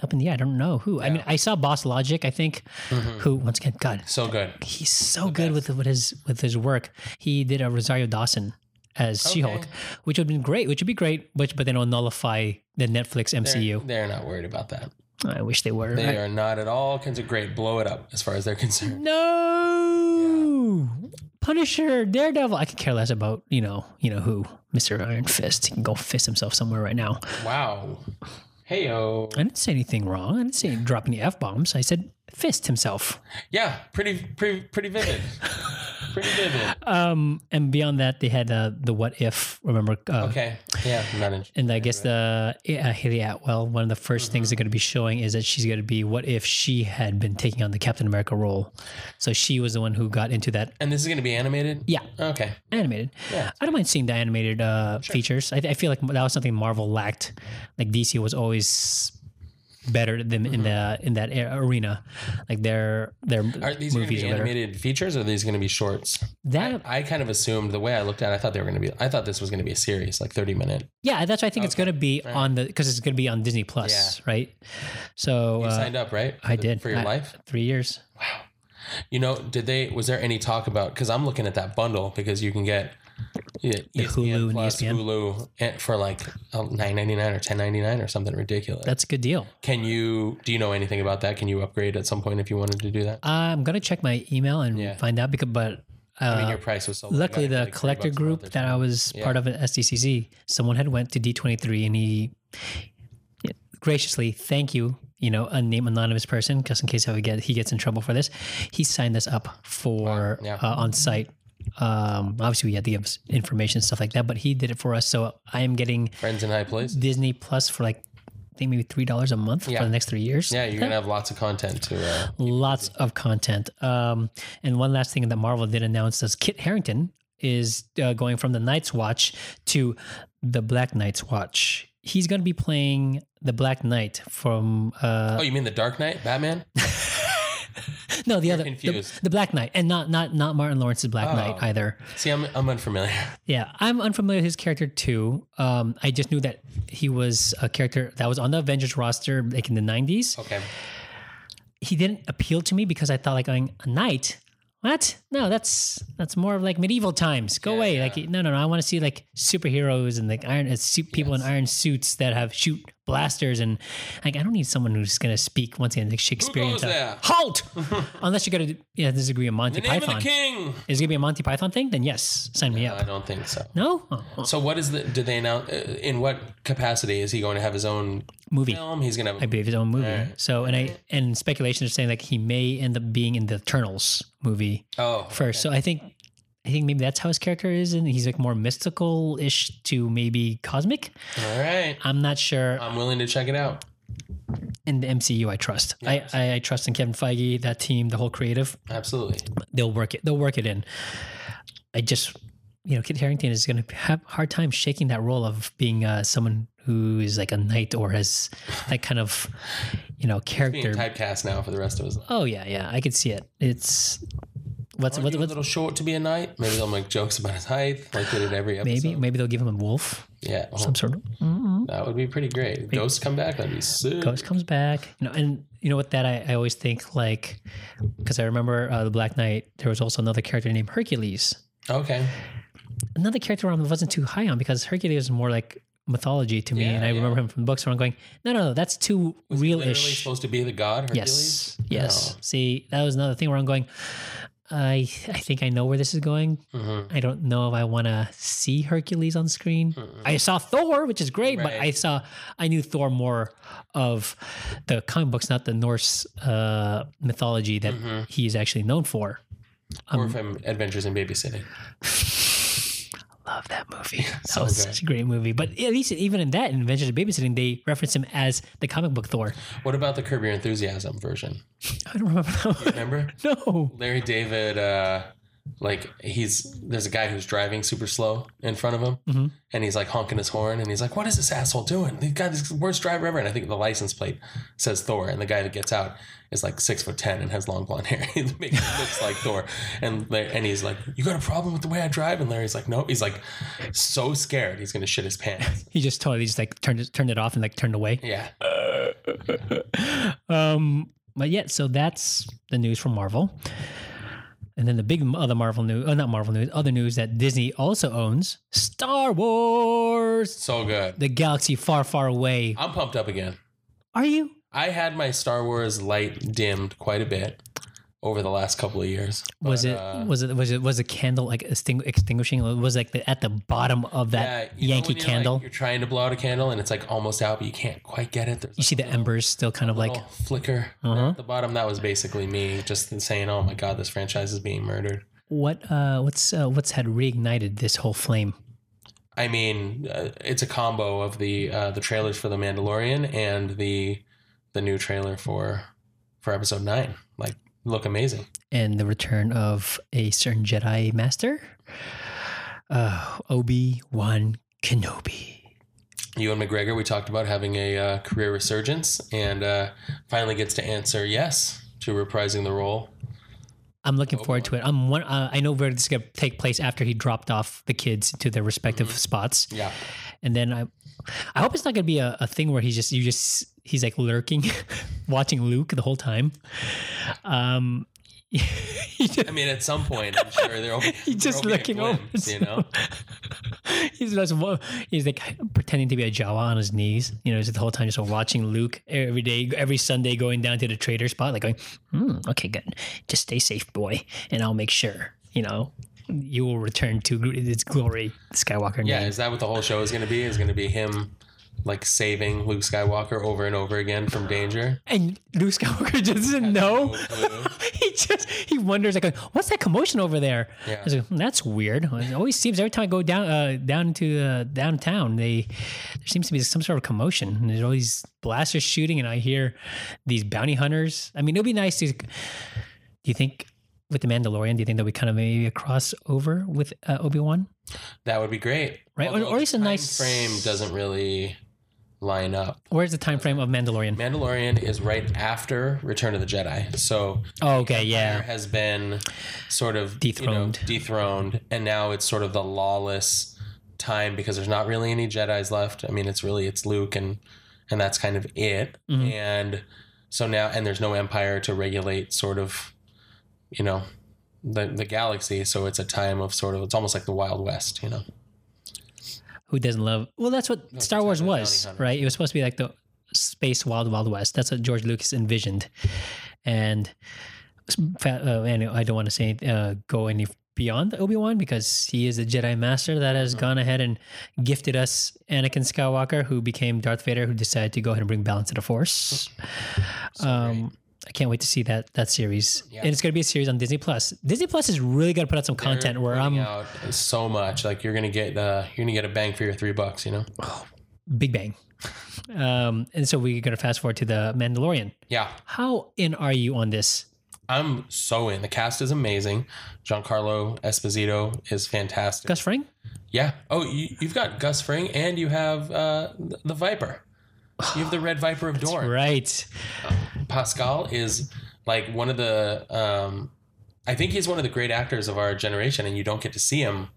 up in the air. I don't know who. I mean, I saw Boss Logic. I think Mm-hmm. who once again, God, so good. he's so good with with his with his work. He did a Rosario Dawson as She-Hulk, which would have been great. Which would be great, but but then it'll nullify the Netflix They're, MCU. they're not worried about that. I wish they were. They right? are not at all kinds of great. Blow it up as far as they're concerned. No. Punisher, Daredevil. I could care less about, you know, you know who, Mr. Iron Fist. He can go fist himself somewhere right now. Wow. Heyo. I didn't say anything wrong. I didn't say drop any F bombs. I said fist himself. Yeah, pretty, pretty, pretty vivid. pretty vivid. Um, and beyond that, they had uh, the what if, remember? Uh, Okay. Yeah, Uh-huh. I'm not interested. And I guess the uh, Haley Atwell, one of the 1st things they're going to be showing is that she's going to be what if she had been taking on the Captain America role. So she was the one who got into that. And this is going to be animated. Yeah. Okay. animated. Yeah. I don't mind seeing the animated uh, features. I, I feel like that was something Marvel lacked. Like DC was always better than in the in that a- arena. Like their their Mm-hmm. Are these going to movies be are better. animated features or are these going to be shorts? That I kind of assumed the way I looked at it, I thought they were going to be, I thought this was going to be a series, like 30 minute. yeah, that's why I think it's Okay. going to be on the because it's going to be on Disney Plus, right? So You uh, signed up, right? I For- did For your I- life? three years. You know, did they, was there any talk about, because I'm looking at that bundle because you can get yeah, E Hulu and E Plus, ESPN. Hulu eh, for like uh, 9.99 or 10.99 or something ridiculous. That's a good deal. Can you, do you know anything about that? Can you upgrade at some point if you wanted to do that? I'm gonna check my email and Yeah. find out because but. Uh, I mean, your price was so low. You Luckily, gotta pay the like 30 collector bucks a month group or that I something. was part of at SDCC, someone had went to D23 and he graciously, thank you, you know, a name anonymous person, just in case I would get he gets in trouble for this. He signed us up for Wow, yeah. uh, on site. Um, obviously, we had to give us information and stuff like that, but he did it for us. So I am getting Friends in High Place. Disney Plus for like I think maybe three dollars a month Yeah. for the next three years Yeah, you're going to have lots of content to, uh, lots of content. Um, and one last thing that Marvel did announce is Kit Harrington is uh, going from the Night's Watch to the Black Knight's Watch. He's going to be playing the Black Knight from uh, oh, you mean The Dark Knight, Batman? no the other the, confused. the Black Knight and not not not Martin Lawrence's Black Knight Oh. either. See, I'm, I'm unfamiliar. Yeah, I'm unfamiliar with his character too. Um, I just knew that he was a character that was on the Avengers roster like in the 90s. Okay. he didn't appeal to me because I thought like going a knight. What? No, that's that's more of like medieval times. Go Yeah, away. yeah. Like no, no, no. I want to see like superheroes and like iron uh, suit people in iron suits that have shoot blasters and like I don't need someone who's gonna speak once again like Shakespearean. goes type. there? Halt! Unless you're gonna yeah disagree on Monty The name Python. of the king. Is it gonna be a Monty Python thing? Then yes, sign me I up. don't think so. No Oh, oh. So what is the? Did they announce? uh, In what capacity is he going to have his own movie. film? He's gonna. Have, I believe his own movie. Alright. So and I and speculation is saying like he may end up being in the Eternals movie oh, first. So I think I think maybe that's how his character is, and he's like more mystical ish to maybe cosmic. all right. I'm not sure. I'm willing to check it out. In the MCU, I trust. Yes. I, I I trust in Kevin Feige, that team, the whole creative. Absolutely. They'll work it. They'll work it in. I just you know, Kit Harrington is going to have a hard time shaking that role of being uh, someone who is like a knight or has that kind of you know Being character typecast now for the rest of his life. Oh yeah, yeah, I could see it. It's what's Aren't what, you a what little short to be a knight? Maybe they'll make jokes about his height, like they did every episode. maybe maybe they'll give him a wolf, Yeah. well, some sort of that would be pretty great. Ghost come back. That'd be sick. ghost comes back. You know, and you know what that I, I always think like because I remember uh, the Black Knight. There was also another character named Hercules. Okay. Another character I wasn't too high on because Hercules is more like mythology to me, Yeah, and I yeah. remember him from books. Where I'm going, no, no, no, that's too Was he literally real-ish. supposed to be the god Hercules? Oh. Yes, yes. See, that was another thing where I'm going. I I think I know where this is going, Mhm. I don't know if I want to see Hercules on screen. I saw Thor, which is great, but Mm-hmm. Right. I saw I knew Thor more of the comic books, not the Norse uh, mythology that Mm-hmm. he is actually known for. Oh, or Um, from Adventures in Babysitting. Love that movie. That So was good. such a great movie. But at least even in that, in Adventures of Babysitting, they reference him as the comic book Thor. What about the Curb Your Enthusiasm version? I don't remember. That one. Remember? No. Larry David, uh, like he's there's a guy who's driving super slow in front of him, and he's like honking his horn, and he's like, "What is this asshole doing? The guy, this is the worst driver ever." And I think the license plate says Thor, and the guy that gets out is like six foot ten and has long blonde hair. he makes- looks like Thor, and La- and he's like, "You got a problem with the way I drive?" And Larry's like, "No." He's like so scared he's gonna shit his pants. He just totally just like turned it, turned it off and like turned away. Yeah, Um, but yeah, so that's the news from Marvel. And then the big other Marvel news, oh, not Marvel news, other news that Disney also owns Star Wars, so good. the galaxy far, far away. I'm pumped up again. Are you? I had my Star Wars light dimmed quite a bit over the last couple of years. Was but, it, uh, was it, was it, was the candle like extingu- extinguishing? It Was like the, at the bottom of that you know Yankee when you're, like, candle. you're trying to blow out a candle and it's like almost out, but you can't quite get it. There's you like see the embers still kind of a like, Uh-huh. little flicker at the bottom. That was basically me just saying, "Oh my god, this franchise is being murdered." what, uh, what's, uh, what's had reignited this whole flame? I mean, uh, it's a combo of the uh, the trailers for The Mandalorian and the the new trailer for for Episode Nine. Like, look amazing. and the return of a certain Jedi master, uh, Obi Wan Kenobi. Ewan McGregor, we talked about having a uh, career resurgence, and uh, finally gets to answer yes to reprising the role. I'm looking forward to it. I'm one. Uh, I know where this is gonna take place after he dropped off the kids to their respective spots, Yeah, and then I, I hope it's not gonna be a, a thing where he's just you just he's like lurking, watching Luke the whole time. Um, he just, I mean, at some point, I'm sure there'll be He's just there'll be a looking over glimpse, you know. he's just wa- he's like pretending to be a Jawa on his knees, you know, just the whole time just watching Luke every day, every Sunday going down to the trader spot, like going, hmm, okay, good, just stay safe, boy, and I'll make sure, you know, you will return to gl- its glory, Skywalker. Yeah, name. is that what the whole show is going to be? Is going to be him like saving Luke Skywalker over and over again from danger? and Luke Skywalker doesn't know. clue. he just he wonders like, what's that commotion over there? Yeah. I was like, "Hmm, that's weird. It always seems every time I go down uh, down to uh, downtown, they there seems to be some sort of commotion. And there's always blasters shooting, and I hear these bounty hunters. I mean, it'd be nice to. Do you think with the Mandalorian? Do you think that we kind of maybe a crossover with uh, Obi Wan? That would be great, Right, or- Although or at least a the time nice- frame doesn't really line up. Where's the time frame of Mandalorian? Mandalorian is right after Return of the Jedi, so oh, okay, Empire yeah. has been sort of you know, Dethroned. dethroned, and now it's sort of the lawless time because there's not really Mm-hmm. any Jedi's left. I mean, it's really it's Luke and and that's kind of it. And So now, and there's no empire to regulate sort of, you know, the, the galaxy. So it's a time of sort of, it's almost like the Wild West, you know? Who doesn't love? Well, that's what Star it's Wars like the bounty was, hunter. right? It was supposed to be like the space Wild Wild West. That's what George Lucas envisioned, and fa- uh, and I don't want to say uh, go any beyond Obi Wan because he is a Jedi Master that Mm-hmm. has gone ahead and gifted us Anakin Skywalker, who became Darth Vader, who decided to go ahead and bring balance to the Force. Mm-hmm. um, I can't wait to see that that series, Yeah. and it's going to be a series on Disney Plus. Disney Plus is really going to put out some content They're where putting I'm out so much. Like you're gonna get uh, you're gonna get a bang for your three bucks. You know. Big Bang. Um, and so we're going to fast forward to The Mandalorian. Yeah, How in are you on this? I'm so in. The cast is amazing. Giancarlo Esposito is fantastic. Gus Fring? Yeah. Oh, you, you've got Gus Fring and you have uh, the, the Viper. You have the Red Viper of Dorne. Right. Pascal is like one of the um I think he's one of the great actors of our generation and you don't get to see him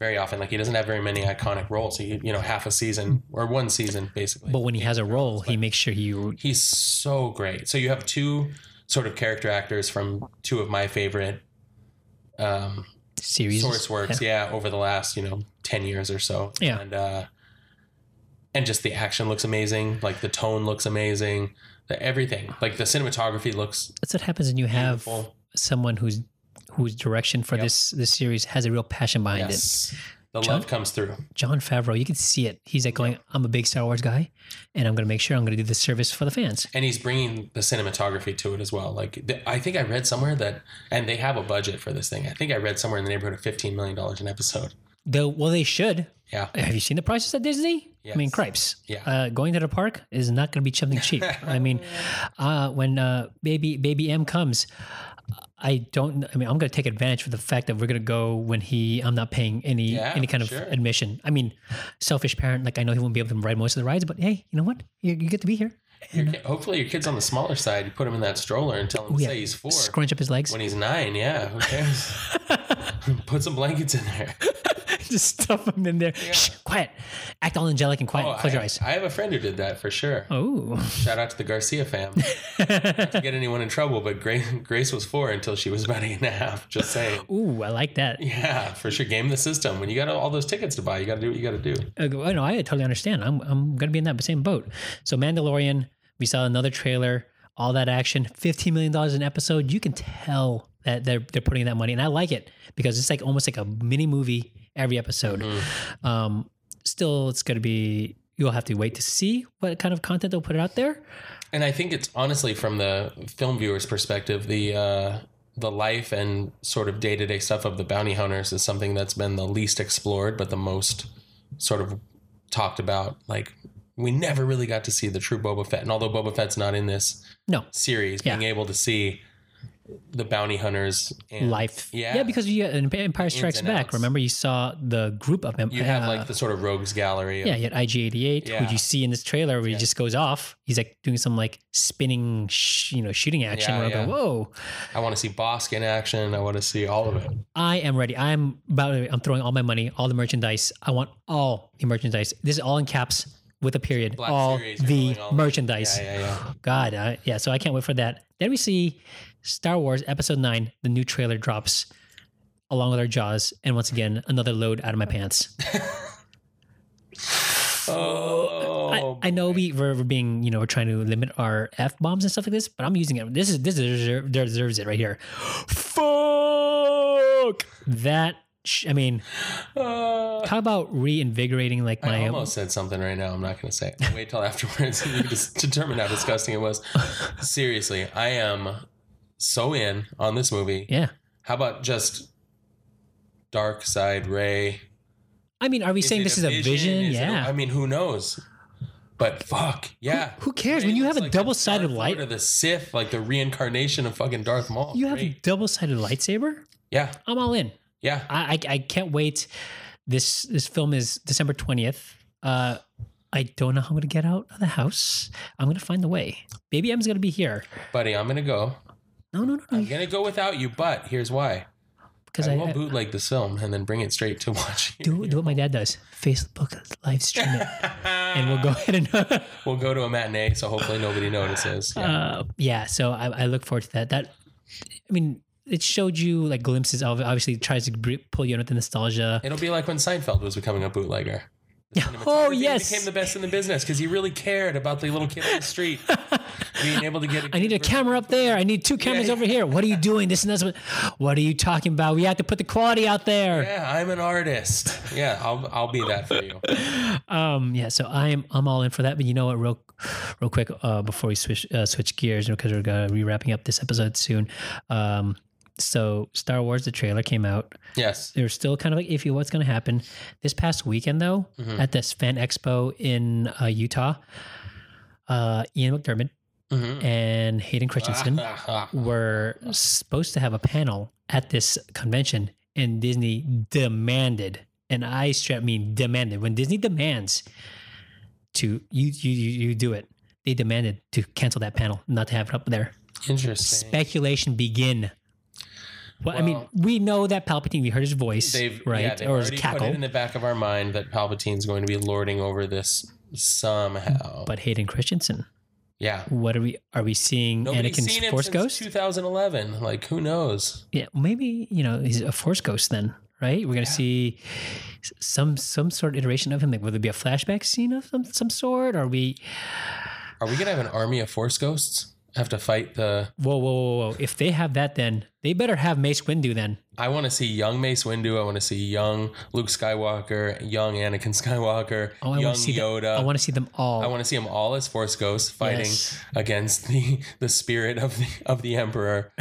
very often. Like he doesn't have very many iconic roles. He you know, half a season or one season basically. But when he has a role, he makes sure he. he's so great. So you have two sort of character actors from two of my favorite um Series. source works, yeah. over the last, you know, ten years or so. Yeah. And uh and just the action looks amazing, like the tone looks amazing, the everything. Like the cinematography looks That's what happens when you have Beautiful. someone who's whose direction for this this series has a real passion behind it. Yes. The John- love comes through. John Favreau, you can see it. He's like going, "I'm a big Star Wars guy, and I'm going to make sure I'm going to do the service for the fans." And he's bringing the cinematography to it as well. Like, th- I think I read somewhere that, and they have a budget for this thing. I think I read somewhere in the neighborhood of $15 million an episode. Though, well, they should. Yeah. Have you seen the prices at Disney? I mean, Yes. cripes. Yeah. Uh, going to the park is not going to be something cheap. I mean, uh, when uh, baby baby M comes, I don't. I mean, I'm going to take advantage for the fact that we're going to go when he. I'm not paying any Yeah, any kind of sure. admission. I mean, selfish parent. Like I know he won't be able to ride most of the rides, but hey, you know what? You, you get to be here. Your ki- hopefully, your kid's on the smaller side. You put him in that stroller and tell him, yeah. say he's four. Scrunch up his legs. When he's nine, yeah. Who cares? put some blankets in there. Just stuff him in there. Shh, quiet. Act all angelic and quiet. Oh, Close I, your eyes. I have a friend who did that for sure. oh. Shout out to the Garcia family. Not to get anyone in trouble, but Grace, Grace was four until she was about eight and a half. Just saying. Ooh, I like that. Yeah, for sure. Game the system. When you got all those tickets to buy, you got to do what you got to do. Uh, well, no, I totally understand. I'm I'm gonna be in that same boat. So Mandalorian, we saw another trailer, all that action, fifteen million dollars an episode. You can tell that they're they're putting that money, and I like it because it's like almost like a mini movie every episode. Mm-hmm. Um, still, it's gonna be. You'll have to wait to see what kind of content they'll put out there. And I think it's honestly from the film viewer's perspective, the uh, the life and sort of day to day stuff of the bounty hunters is something that's been the least explored, but the most sort of talked about. Like we never really got to see the true Boba Fett, and although Boba Fett's not in this No, series, Yeah. being able to see the bounty hunters and life. yeah, yeah, because you in Empire Strikes and Back. outs. Remember, you saw the group of them. you have like the sort of rogues gallery. Of, Yeah, he had IG88, Yeah. who you see in this trailer where he just goes off. He's like doing some like spinning, sh- you know, shooting action. Yeah, where I yeah. go, whoa, I want to see Bosk in action. I want to see all of it. I am ready. I'm about. to- I'm throwing all my money, all the merchandise. I want all the merchandise. This is all in caps with a period. Black all Series, you're the going all in. merchandise. Yeah, yeah, yeah. God, uh, yeah. So I can't wait for that. Then we see Star Wars Episode Nine. The new trailer drops, along with our Jaws, and once again another load out of my pants. Oh, I, I know we we're, we're being you know we're trying to limit our f bombs and stuff like this, but I'm using it. This is this is, deserve- deserves it right here. Fuck that. sh- I mean, uh, talk about reinvigorating like I my almost said something right now. I'm not going to say it. Wait till afterwards. you can just determine how disgusting it was. Seriously, I am so in on this movie. yeah. How about just Dark Side Ray? I mean, are we saying it this is a vision? Is it a- yeah. I mean, who knows? But fuck, yeah. Who cares when you have a double-sided light? or the Sith, like the reincarnation of fucking Darth Maul. you have a Great. double-sided lightsaber. yeah, I'm all in. yeah. I, I I can't wait. This this film is December twentieth. Uh, I don't know how I'm gonna get out of the house. I'm gonna find the way. Baby M's gonna be here. Buddy, I'm gonna go. No, no, no, no. I'm gonna go without you, but here's why. because I I, will I- bootleg this film and then bring it straight to watch. here. do, do what my dad does. Facebook live stream it, and we'll go ahead and We'll go to a matinee, so hopefully nobody notices. Yeah. uh, yeah. So I, I look forward to that. That I mean, it showed you like glimpses of. Obviously, it tries to br- pull you in with the nostalgia. It'll be like when Seinfeld was becoming a bootlegger. Oh He yes, became the best in the business because he really cared about the little kid on the street being able to get. I need a camera up there. I need two cameras yeah. over here. What are you doing? This and that's what. What are you talking about? We have to put the quality out there. Yeah, I'm an artist. Yeah, I'll I'll be that for you. Um, yeah. So I'm I'm all in for that. But you know what? Real, real quick uh, before we switch uh, switch gears because we're gonna be wrapping up this episode soon. Um, so Star Wars the trailer came out. Yes. They're still kind of like iffy what's going to happen. This past weekend though, Mm-hmm. at this Fan Expo in uh, Utah, uh, Ian McDermott Mhm. and Hayden Christensen. were supposed to have a panel at this convention and Disney demanded and I strap mean demanded when Disney demands to you you you, you do it they demanded to cancel that panel not to have it up there Interesting. speculation begin well, I mean Well- we know that Palpatine we heard his voice they've right yeah, they've or his already put cackle it in the back of our mind that Palpatine's going to be lording over this somehow. but Hayden Christensen yeah, what are we are we seeing nobody's Anakin's seen him force since ghost 2011. Like who knows? yeah maybe you know he's a force ghost then right we're gonna see s- some some sort of iteration of him like whether it be a flashback scene of some, some sort or we Are we gonna have an army of force ghosts? Have to fight the. whoa whoa whoa whoa if they have that then they better have mace windu then I want to see young Mace Windu. I want to see young Luke Skywalker, young Anakin Skywalker, oh i young want to see Yoda. them i want to see them all I want to see them all as Force Ghosts fighting Yes. against the the spirit of the of the Emperor.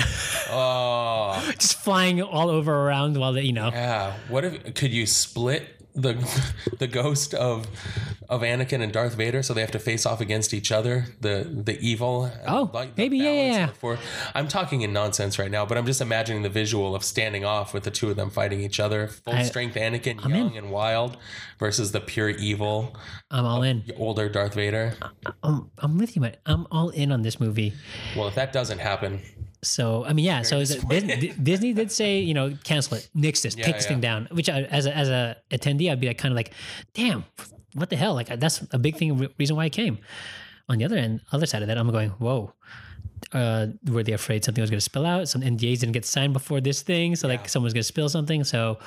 oh, just flying all over around while they you know yeah. What if could you split the the ghost of of Anakin and Darth Vader so they have to face off against each other? The the evil. Oh, maybe, yeah, balance yeah, yeah. of the four- I'm talking in nonsense right now, but I'm just imagining the visual of standing off with the two of them fighting each other, full I- strength Anakin, young and wild, versus the pure evil i'm all in older Darth Vader. Uh, I'm, I'm with you man i'm all in on this movie Well, if that doesn't happen, So I mean, yeah. So is it, Disney, Disney did say, you know, cancel it, nix this, Yeah, take this yeah. thing down. Which I, as a, as a attendee, I'd be like, kind of like, damn, what the hell? Like that's a big thing re- reason why I came. On the other end, other side of that, I'm going, whoa. Uh, were they afraid something was going to spill out? Some NDAs didn't get signed before this thing, so like someone's going to spill something. So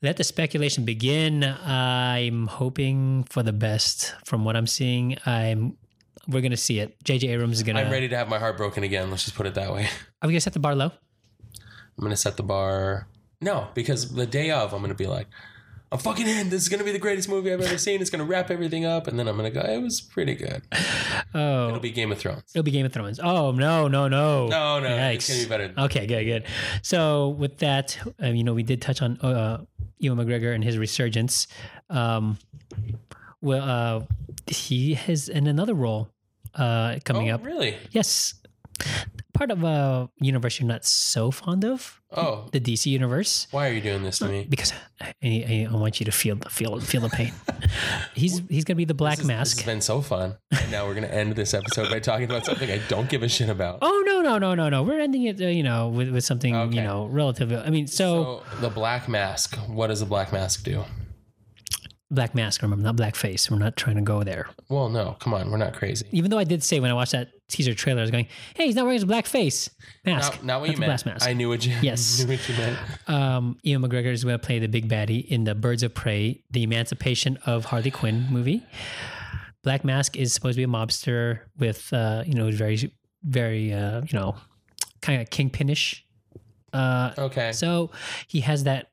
let the speculation begin. I'm hoping for the best from what I'm seeing. I'm we're going to see it. JJ Abrams is going to. I'm ready to have my heart broken again. Let's just put it that way. Are we going to set the bar low? I'm gonna set the bar. No, because the day of, I'm gonna be like, I'm fucking in. This is gonna be the greatest movie I've ever seen. It's gonna wrap everything up, and then I'm gonna go. It was pretty good. Oh, It'll be Game of Thrones. It'll be Game of Thrones. Oh no, no, no, No, no, it's Yikes. gonna be better. Than Okay, good, good. So with that, um, you know, we did touch on uh, Ewan McGregor and his resurgence. Um, well, uh, he has in another role uh, coming oh, up. really? Yes, part of a universe you're not so fond of, Oh, the DC universe. why are you doing this to me? Because I, I, I want you to feel the feel feel the pain. he's he's gonna be the Black This, is- this Mask. has been so fun. And now we're gonna end this episode by talking about something I don't give a shit about. Oh no no no no no! We're ending it, uh, you know, with, with something Okay. you know relative. I mean, so, So the Black Mask. What does the Black Mask do? Black Mask. Remember, not blackface. We're not trying to go there. Well, no, come on, we're not crazy. Even though I did say when I watched that teaser trailer, I was going, "Hey, he's not wearing his black face mask." Not, not what That's you a meant. Black mask. I knew what you. Yes. knew what you meant. um, Ian McGregor is going to play the big baddie in the Birds of Prey, the Emancipation of Harley Quinn movie. Black Mask is supposed to be a mobster with, uh, you know, very, very, uh, you know, kind of kingpinish. Uh, Okay. So he has that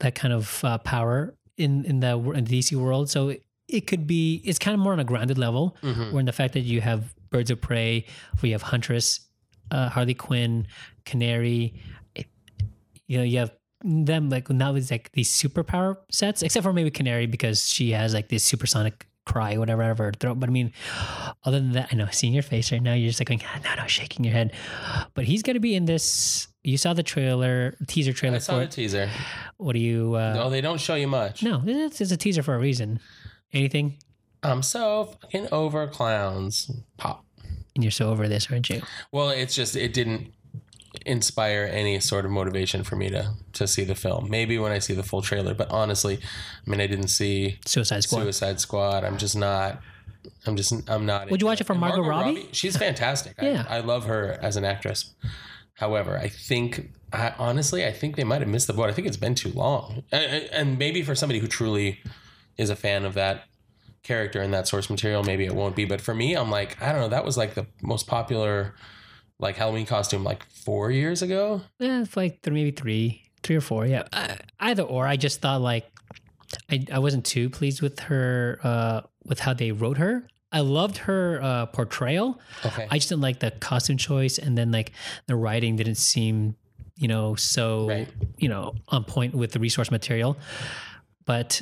that kind of uh, power in in the, in the DC world. So it, it could be it's kind of more on a grounded level, where in the fact that you have Birds of Prey, where you have Huntress, uh, Harley Quinn, Canary, it- you know, you have them like now it's like these superpower sets, except for maybe Canary because she has like this supersonic cry, whatever, out of her throat. But I mean, other than that, I know seeing your face right now, you're just like going, ah, no, no, shaking your head. But he's gonna be in this. You saw the trailer, teaser I trailer saw for the it. teaser. What do you? Uh, No, they don't show you much. no, it's, it's a teaser for a reason. Anything, I'm so fucking over clowns. Pop. and you're so over this, aren't you? Well, it's just it didn't inspire any sort of motivation for me to to see the film. Maybe when I see the full trailer, but honestly, I mean, I didn't see Suicide Squad. Suicide Squad. I'm just not. I'm just. I'm not. Would you into watch it for And Margot Robbie? She's fantastic. Yeah. I, I love her as an actress. However, I think I, honestly, I think they might have missed the boat. I think it's been too long, and, and- and maybe for somebody who truly is a fan of that character and that source material, maybe it won't be. But for me, I'm like, I don't know. That was like the most popular like Halloween costume like four years ago. Yeah, Eh, it's like three, maybe three, three or four. Yeah, I, either or. I just thought like I, I wasn't too pleased with her uh, with how they wrote her. I loved her uh, portrayal. Okay. I just didn't like the costume choice, and then like the writing didn't seem, you know, so Right. you know on point with the resource material. But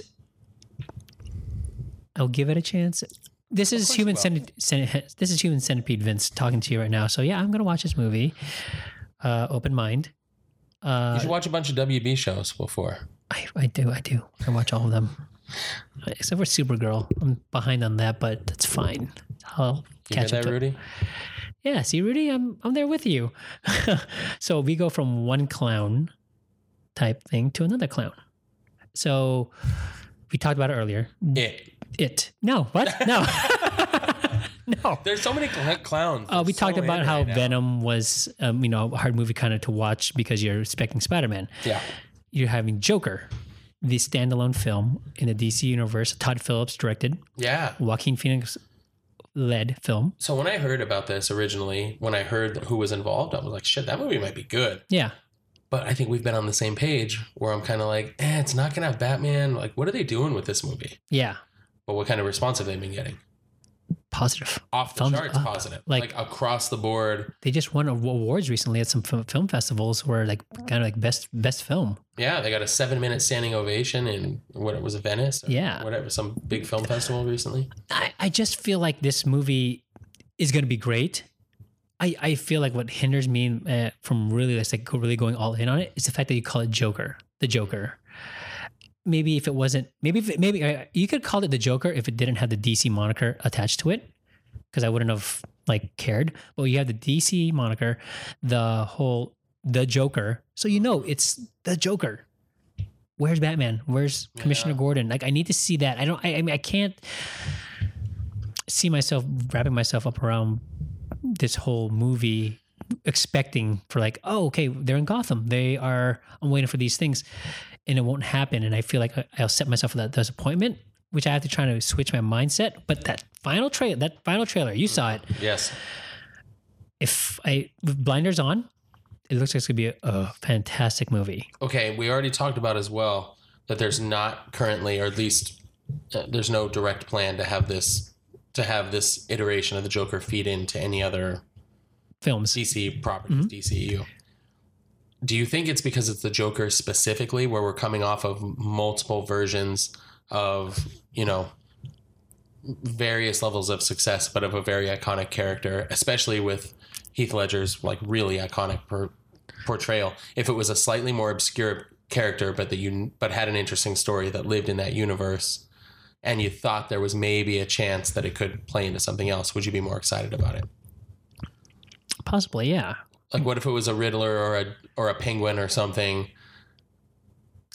I'll give it a chance. This is course human you will. centipede. this is human centipede. Vince talking to you right now. So yeah, I'm gonna watch this movie. Uh, open mind. you Uh, should watch a bunch of WB shows before. I, I do. I do. I watch all of them, except for Supergirl. I'm behind on that, but that's fine. I'll You catch hear up. that, to- Rudy? yeah, see, Rudy, I'm I'm there with you. so we go from one clown type thing to another clown. So we talked about it earlier. It. It. No. What? No. no. There's so many cl- clowns. Uh, we There's so talked many about how right now. Venom was, um, you know, a hard movie kind of to watch because you're expecting Spider-Man. Yeah. You're having Joker, the standalone film in the DC universe. Todd Phillips directed, Yeah. Joaquin Phoenix led film. So when I heard about this originally, when I heard who was involved, I was like, shit, that movie might be good. Yeah. But I think we've been on the same page where I'm kind of like, eh, it's not going to have Batman. Like, what are they doing with this movie? Yeah. But what kind of response have they been getting? Positive. Off the Thumbs charts up. positive. Like- like across the board. they just won awards recently at some film film festivals where like kind of like best best film. Yeah, they got a seven minute standing ovation in what it was Venice. Or Yeah. Whatever, some big film festival recently. I, I just feel like this movie is going to be great. I, I feel like what hinders me uh, from really that's like really going all in on it is the fact that you call it Joker, the Joker. Maybe if it wasn't, maybe if it, maybe uh, you could call it the Joker if it didn't have the DC moniker attached to it, because I wouldn't have like cared. But you have the DC moniker, the whole the Joker, so you know it's the Joker. Where's Batman? Where's Commissioner Yeah. Gordon? Like I need to see that. I don't. I, I mean, I can't see myself wrapping myself up around this whole movie expecting for like oh okay they're in gotham they are i'm waiting for these things and it won't happen and i feel like I- i'll set myself for that disappointment which i have to try to switch my mindset but that final trailer that final trailer you saw it Yes. if i with blinders on it looks like it's gonna be a, a fantastic movie Okay, we already talked about as well that there's not currently, or at least uh, there's no direct plan to have this to have this iteration of the Joker feed into any other films DC properties, DCU. E Do you think it's because it's the Joker specifically, where we're coming off of multiple versions of, you know, various levels of success, but of a very iconic character, especially with Heath Ledger's like really iconic per- portrayal? If it was a slightly more obscure character, but that you but had an interesting story that lived in that universe, and you thought there was maybe a chance that it could play into something else, would you be more excited about it? possibly yeah Like, what if it was a Riddler or a or a Penguin or something?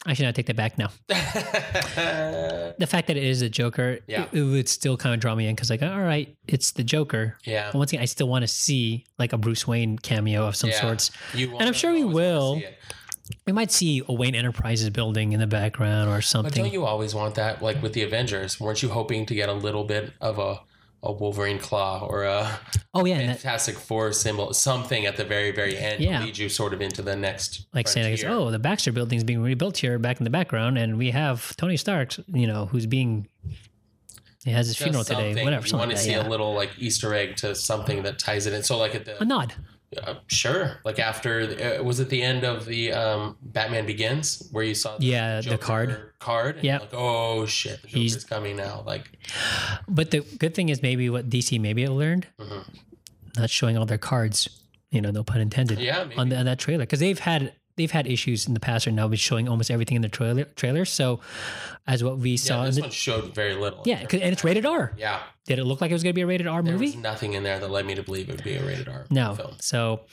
i should not take that back now yeah, the fact that it is a joker Yeah. it, it would still kind of draw me in because like all right it's the joker But once again, I still want to see like a Bruce Wayne cameo of some Yeah. sorts. You And I'm sure we always wanna will. see it. We might see a Wayne Enterprises building in the background or But something. don't you always want that? Like with the Avengers, weren't you hoping to get a little bit of a a Wolverine claw or a oh yeah, and that, Fantastic Four symbol, something at the very very end Yeah. to lead you sort of into the next like saying, like, frontier. "Oh, the Baxter building's being rebuilt here, back in the background, and we have Tony Stark, you know, who's being he has his Just funeral today, something. whatever." You something want to like see that, a yeah. little like Easter egg to something that ties it in. So like at the a nod. Uh, sure. Like after, uh, was it the end of the um, Batman Begins where you saw Yeah, the Joker card. card? and Yep. Like, oh shit, the He's- Joker's coming now. Like, But the good thing is maybe what DC maybe learned, Uh-huh. not showing all their cards. You know, no pun intended. yeah, maybe. on, the, on that trailer because they've had they've had issues in the past right now with showing almost everything in the trailer. Trailer. So, as what we Yeah, saw, in this the- one showed very little. yeah, 'cause- and it's rated R. Yeah. Did it look like it was going to be a rated R There movie? was nothing in there that led me to believe it would be a rated R No. film. So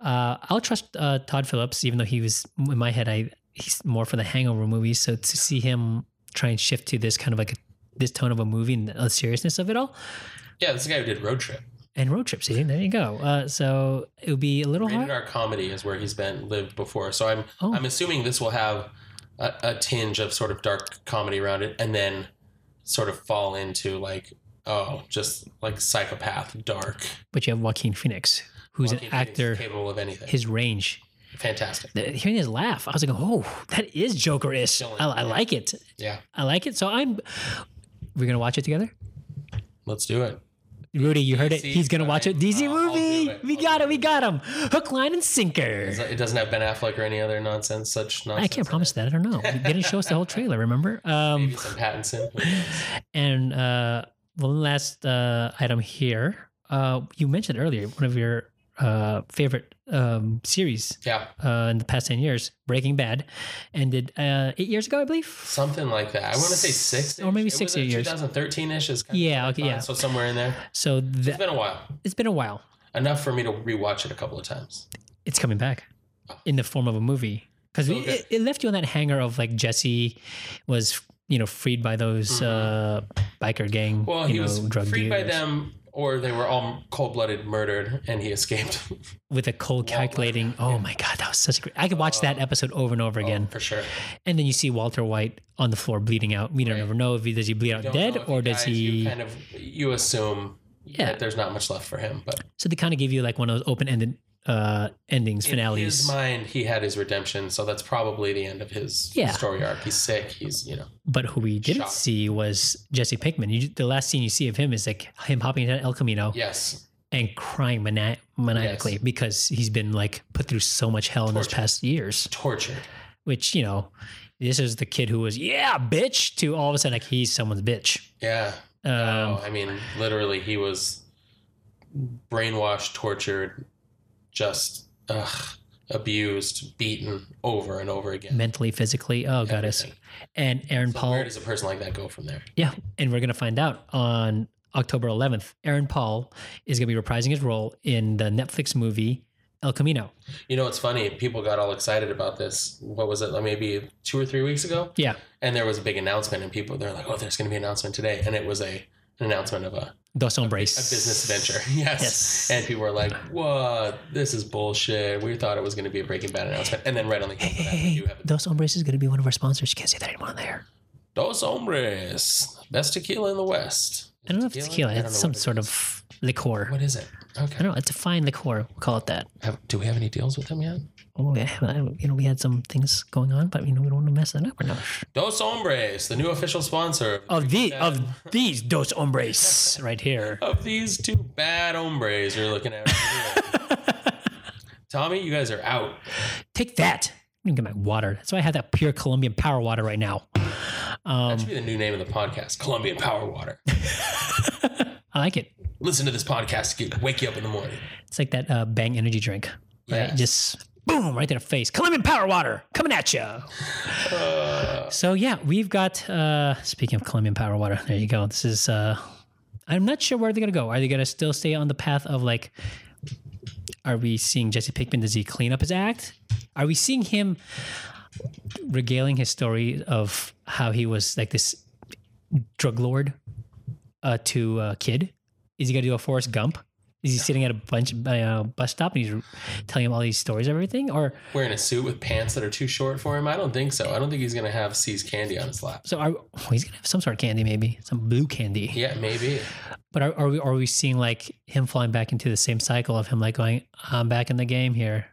uh, I'll trust uh, Todd Phillips, even though he was in my head. I he's more for the Hangover movies. So to see him try and shift to this kind of like a, this tone of a movie and the seriousness of it all, Yeah, this is the guy who did Road Trip. and road trip See, There you go. Uh, so it would be a little Rated hard. R comedy is where he's been lived before. So I'm Oh. I'm assuming this will have a, a tinge of sort of dark comedy around it, and then sort of fall into like oh, just like psychopath dark. But you have Joaquin Phoenix, who's Joaquin an Phoenix actor. capable of anything? His range. Fantastic. The- Hearing his laugh, I was like, "Oh, that is Joker-ish." I, Killing, I yeah. like it. Yeah, I like it. So I'm. We're gonna watch it together. let's do it. Rudy, you heard it. DC, He's gonna watch it. fine. DZ I'll- I'll do movie. it. We I'll got do it. We got him. Hook, line, and sinker. It doesn't have Ben Affleck or any other nonsense, such nonsense. I can't in promise it. that. I don't know. They didn't show us the whole trailer. Remember? Um, Maybe some Pattinson. Who knows? and uh, one last uh, item here. Uh, you mentioned earlier one of your uh, favorite um, series yeah, uh, in the past ten years, Breaking Bad, ended uh, eight years ago, I believe. something like that. I want to say six Or maybe six years. 2013 ish is kind Yeah. of Okay. Yeah. So somewhere in there. So It's that been a while. it's been a while. Enough for me to rewatch it a couple of times. it's coming back in the form of a movie because So good. it, it left you on that hanger of like Jesse was you know freed by those uh, biker gang Mm-hmm. Well, you he know was drug freed by dealers them, or they were all cold blooded murdered, and he escaped with a cold calculating oh my god that was such a great I could watch that episode over and over again Oh, for sure. and then you see Walter White on the floor bleeding out we don't Right. ever know if he does he bleed out Don't know dead if or he does dies, he You kind of you assume Yeah. that there's not much left for him, but so they kind of give you like one of those open ended uh, endings in his finales mind, he had his redemption, so that's probably the end of his Yeah. story arc. He's sick. He's you know But who we didn't Shock. see was Jesse Pinkman. You, the last scene you see of him is like him hopping into El Camino yes, and crying mani- maniacally Yes. because he's been like put through so much hell in those Torture. past years. tortured. Which you know, this is the kid who was yeah bitch to all of a sudden like he's someone's bitch. Yeah. Um, Oh, I mean, literally, he was brainwashed, tortured, just ugh, abused, beaten over and over again. Um, Mentally, physically, oh goddess, Everything. and Aaron So Paul, Where does a person like that go from there? yeah, and we're gonna find out on October 11th. Aaron Paul is gonna be reprising his role in the Netflix movie El Camino. You know, it's funny. People got all excited about this. What was it? Like maybe two or three weeks ago, Yeah, and there was a big announcement, and people they're like, "Oh, there's going to be an announcement today," and it was a an announcement of a, Dos a Hombres, business venture. Yes. Yes. And people were like, "What? This is bullshit. We thought it was going to be a Breaking Bad announcement." And then right on the heels of that, we do have a Dos Hombres is gonna be one of our sponsors. You can't say that anymore on there. Dos Hombres, best tequila in the West. I don't know if it's tequila. I don't It's know some what it sort is. of liqueur. What is it? Okay. I don't know. It's a fine liqueur. We'll call it that. Have, do we have any deals with them yet? Oh, yeah. well, You know, we had some things going on, but you know, we don't want to mess that up right now. Dos Hombres, the new official sponsor Of the of these dos hombres right here. of these two bad hombres you're looking at. Right here. Tommy, you guys are out. Take that. I'm gonna get my water. That's why I have that pure Colombian power water right now. Um, That should be the new name of the podcast, Colombian Power Water. I like it. Listen to this podcast to get, wake you up in the morning. It's like that uh, Bang energy drink. Right? Yes. Just boom right to the face. Colombian power water coming at you. so yeah, we've got. Uh, speaking of Colombian power water, there you go. This is. Uh, I'm not sure where they're gonna go. Are they gonna still stay on the path of like? Are we seeing Jesse Pinkman? Does he clean up his act? Are we seeing him regaling his story of how he was like this drug lord uh, to a kid? Is he gonna do a Forrest Gump? Is he sitting at a bunch uh, bus stop and he's telling him all these stories of everything? Or Wearing a suit with pants that are too short for him? I don't think so. I don't think he's going to have C's candy on his lap. so are oh, he's gonna have some sort of candy maybe some blue candy? Yeah, maybe. But are, are we are we seeing like him falling back into the same cycle of him like going I'm back in the game here?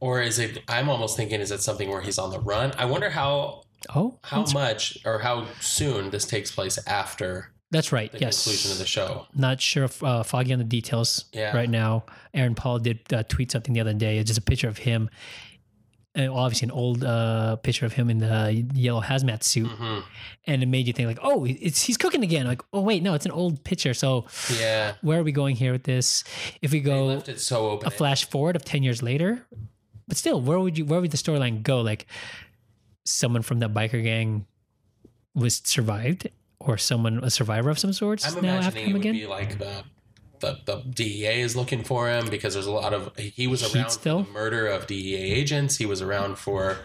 Or is it? I'm almost thinking, is it something where he's on the run? I wonder how Oh, how much or how soon this takes place after that's right. the yes. conclusion of the show. Not sure if uh, foggy on the details Yeah. right now. Aaron Paul did uh, tweet something the other day. It's just a picture of him, and obviously an old uh, picture of him in the yellow hazmat suit, hmm and it made you think like, oh, it's he's cooking again. Like, oh wait, no, it's an old picture. So Yeah, where are we going here with this? If we they go left it so a open. flash forward of 10 years later, But still, where would you where would the storyline go? Like someone from that biker gang was survived, or someone a survivor of some sorts I'm now after imagining it him would again. be like the, the the DEA is looking for him because there's a lot of he was Heat around still? for the murder of DEA agents. He was around for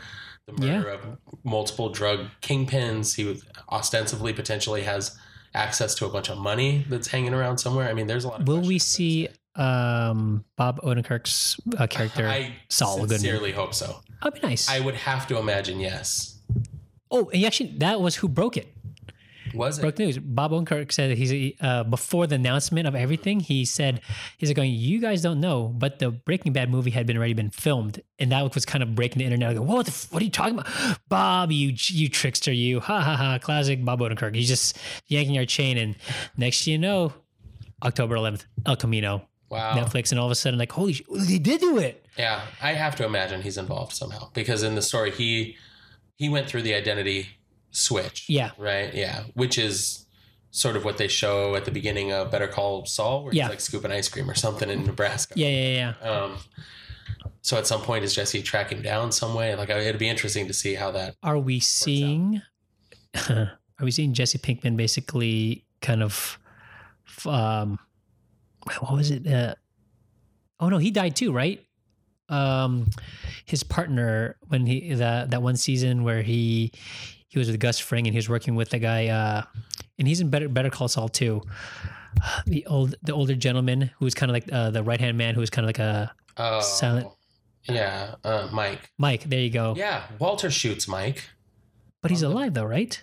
the Yeah. murder of multiple drug kingpins. He was ostensibly potentially has access to a bunch of money that's hanging around somewhere. I mean, there's a lot. Of Will we questions. see um, Bob Odenkirk's uh, character I Saul Goodman? sincerely hope so. That'd be nice. I would have to imagine yes. oh, and actually, that was who broke it. Was it? broke news. Bob Odenkirk said that he's uh, before the announcement of everything. He said he's like going, "You guys don't know, but the Breaking Bad movie had been already been filmed, and that was kind of breaking the internet. I go, what? The f- what are you talking about, Bob? You you trickster, you! Ha ha ha! Classic Bob Odenkirk. He's just yanking our chain, and next thing you know, October 11th, El Camino, Wow. Netflix, and all of a sudden, like, holy, sh- they did do it. Yeah, I have to imagine he's involved somehow because in the story he he went through the identity switch. Yeah. Right. Yeah, which is sort of what they show at the beginning of Better Call Saul, where Yeah. he's like scooping ice cream or something in Nebraska. Yeah, yeah, yeah. Um, so at some point, is Jesse tracking down some way? Like it'd be interesting to see how that. are we seeing are we seeing Jesse Pinkman basically kind of f- um what was it uh, oh no he died too right um his partner when he that that one season where he he was with Gus Fring and he was working with the guy uh and he's in better better call Saul too the old the older gentleman who was kind of like uh, the right hand man who was kind of like a Oh, Silent- Yeah, uh, Mike. Mike there you go Yeah, Walter shoots Mike. but he's alive though right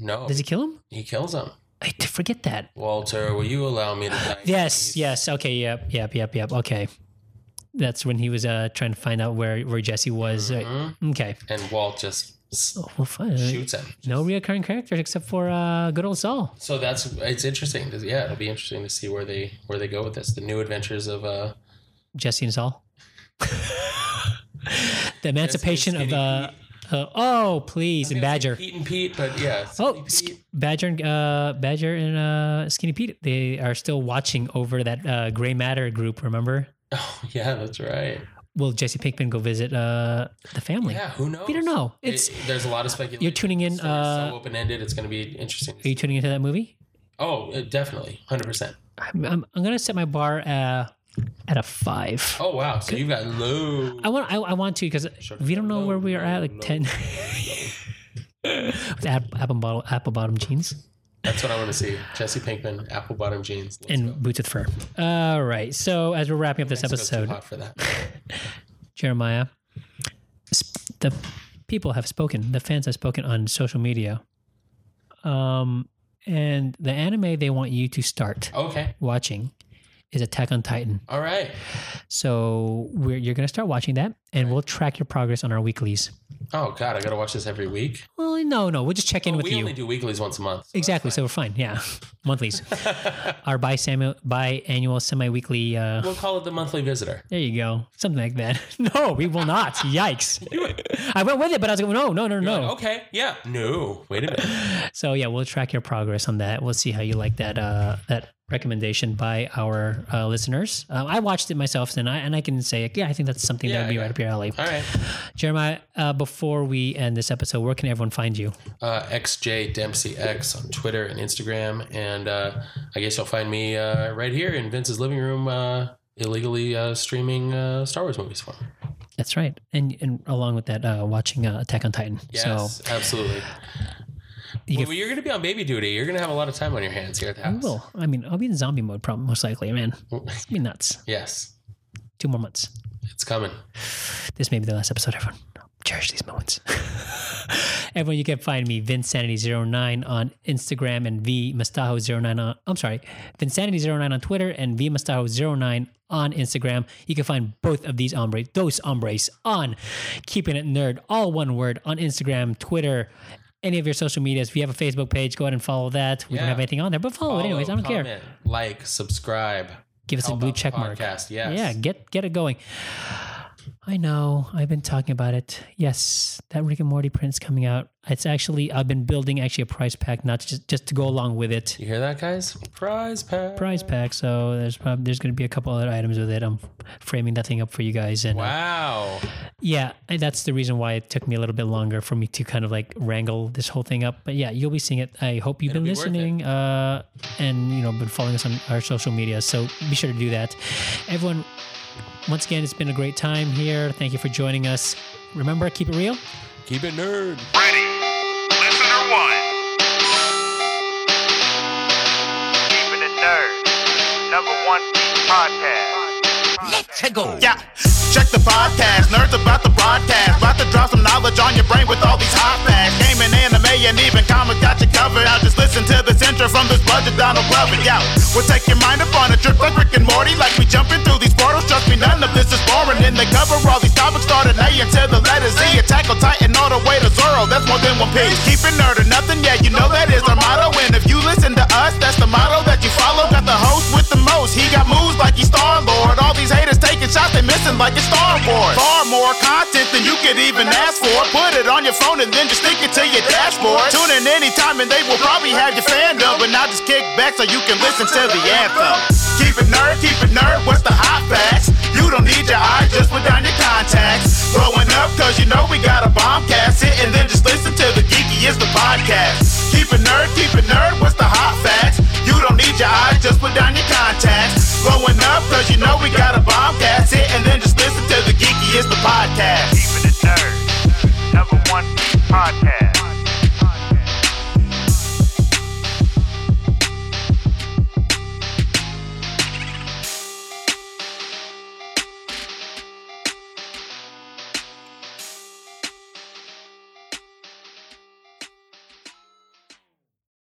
No, does he kill him he kills him. I did forget that Walter, will you allow me to die? Yes, please? yes. Okay, yep, yep, yep, yep. Okay. That's when he was uh, trying to find out where, where Jesse was. right? Okay. Mm-hmm. And Walt just s- Oh, well, fine. shoots him. No reoccurring characters except for uh, good old Saul. so that's it's interesting. to- Yeah, it'll be interesting to see where they where they go with this. The new adventures of uh, Jesse and Saul. the emancipation of Skinny uh, uh oh please and Badger. Pete and Pete, but yeah, Oh, Skinny Sk- Pete. Badger and uh, Badger and uh, Skinny Pete. They are still watching over that uh, gray matter group. Remember? oh yeah, that's right. Will Jesse Pinkman go visit uh, the family? Yeah, who knows? We don't know. It- It's uh, there's a lot of speculation. you're tuning in, The story's uh, so open ended. It's going to be interesting. to Are you see. tuning into that movie? Oh, uh, definitely, hundred percent. I'm, I'm, I'm gonna set my bar uh, at a five. Oh wow, so you got low. I want I, I want to because we don't know where we are at. Like No, ten. With app- apple bottom apple bottom jeans That's what I want to see. Jesse Pinkman, apple bottom jeans. Let's and boots with fur. All right. So as we're wrapping up this Mexico's too episode, hot for that. Jeremiah, sp- the people have spoken. The fans have spoken on social media. Um, and the anime they want you to start Okay, watching is Attack on Titan. all right, So we're, you're going to start watching that, and we'll track your progress on our weeklies. Oh god, I gotta watch this every week. Well, no, no, we'll just check in But with Oh, we you. only do weeklies once a month. so exactly. So we're fine. Yeah, monthlies. our bisamu- biannual, semi-weekly. Uh, We'll call it the monthly visitor. there you go. Something like that. No, we will not. Yikes. I went with it, but I was like, no, no, no, no. Okay. Yeah. No. Wait a minute. So yeah, we'll track your progress on that. We'll see how you like that uh, that recommendation by our uh, listeners. Um, I watched it myself, and I and I can say, like, yeah, I think that's something Yeah, that would be yeah. right up your alley. All right. Jeremiah, uh, before we end this episode, where can everyone find you? Uh, XJ Dempsey X on Twitter and Instagram, and uh, I guess you'll find me uh, right here in Vince's living room, uh, illegally uh, streaming uh, Star Wars movies for him. That's right, and and along with that, uh, watching uh, Attack on Titan. Yes, So absolutely. you well, you're going to be on baby duty. You're going to have a lot of time on your hands here at the I house. will. I mean, I'll be in zombie mode, probably most likely. Man, it's gonna be nuts. Yes, Two more months. it's coming. This may be the last episode, everyone. Cherish these moments. everyone, you can find me, Vinsanity09 on Instagram and VMastaho09 on, I'm sorry, Vinsanity09 on Twitter and VMastaho09 on Instagram. You can find both of these hombres, those hombres, on Keeping It Nerd, all one word, on Instagram, Twitter, any of your social medias. If you have a Facebook page, go ahead and follow that. We don't Yeah. have anything on there, but follow, it Oh, anyways. I don't care. care. Like, subscribe. Give us a Help blue out the check mark. Podcast. Yes. Yeah, get get it going. I know. I've been talking about it. Yes, that Rick and Morty print's coming out. It's actually I've been building actually a prize pack, not just just to go along with it. You hear that, guys? Prize pack. Prize pack. So there's probably there's going to be a couple other items with it. I'm framing that thing up for you guys. And uh, Wow. yeah, and that's the reason why it took me a little bit longer for me to kind of like wrangle this whole thing up. But yeah, you'll be seeing it. I hope you've been be worth it. listening uh, and you know been following us on our social media. So be sure to do that. Everyone, once again, it's been a great time here. Thank you for joining us. Remember, keep it real. Keep it nerd. Ready. Listener one. Keeping it nerd. Number one podcast. Let's go. Yeah. Check the podcast, nerds about the broadcast. About to drop some knowledge on your brain with all these hot facts. Gaming, anime, and even comics got you covered. Now just listen to this intro from this budget Donald Glover. Yeah. We'll take your mind up on a trip like Rick and Morty. Like we jumping through these portals. Trust me, none of this is boring. In the cover, all these topics started A until the letter Z. Attack on Titan all the way to Zoro. That's more than one piece. Keeping nerd or nothing. Yeah, you know that is our motto. And if you listen to us, that's the motto that you follow. Got the host with the most. He got moves like he's Star Lord. All these haters taking shots, they missing like it's Star Wars. Far more content than you could even ask for. Put it on your phone and then just stick it to your dashboard. Tune in anytime and they will probably have your fandom. But now just kick back so you can listen to the anthem. Keep it nerd, keep it nerd, what's the hot facts? You don't need your eyes, just put down your contacts. Blowing up, cause you know we got a bombcast. Sit and then just listen to the geeky is the podcast. Keep it nerd, keep it nerd, what's the hot facts? You don't need your eyes, just put down your contacts. Blowing up, cause you know we got a bombcast. Sit and then just listen to the geeky is the podcast. Keeping it nerd. Number one podcast.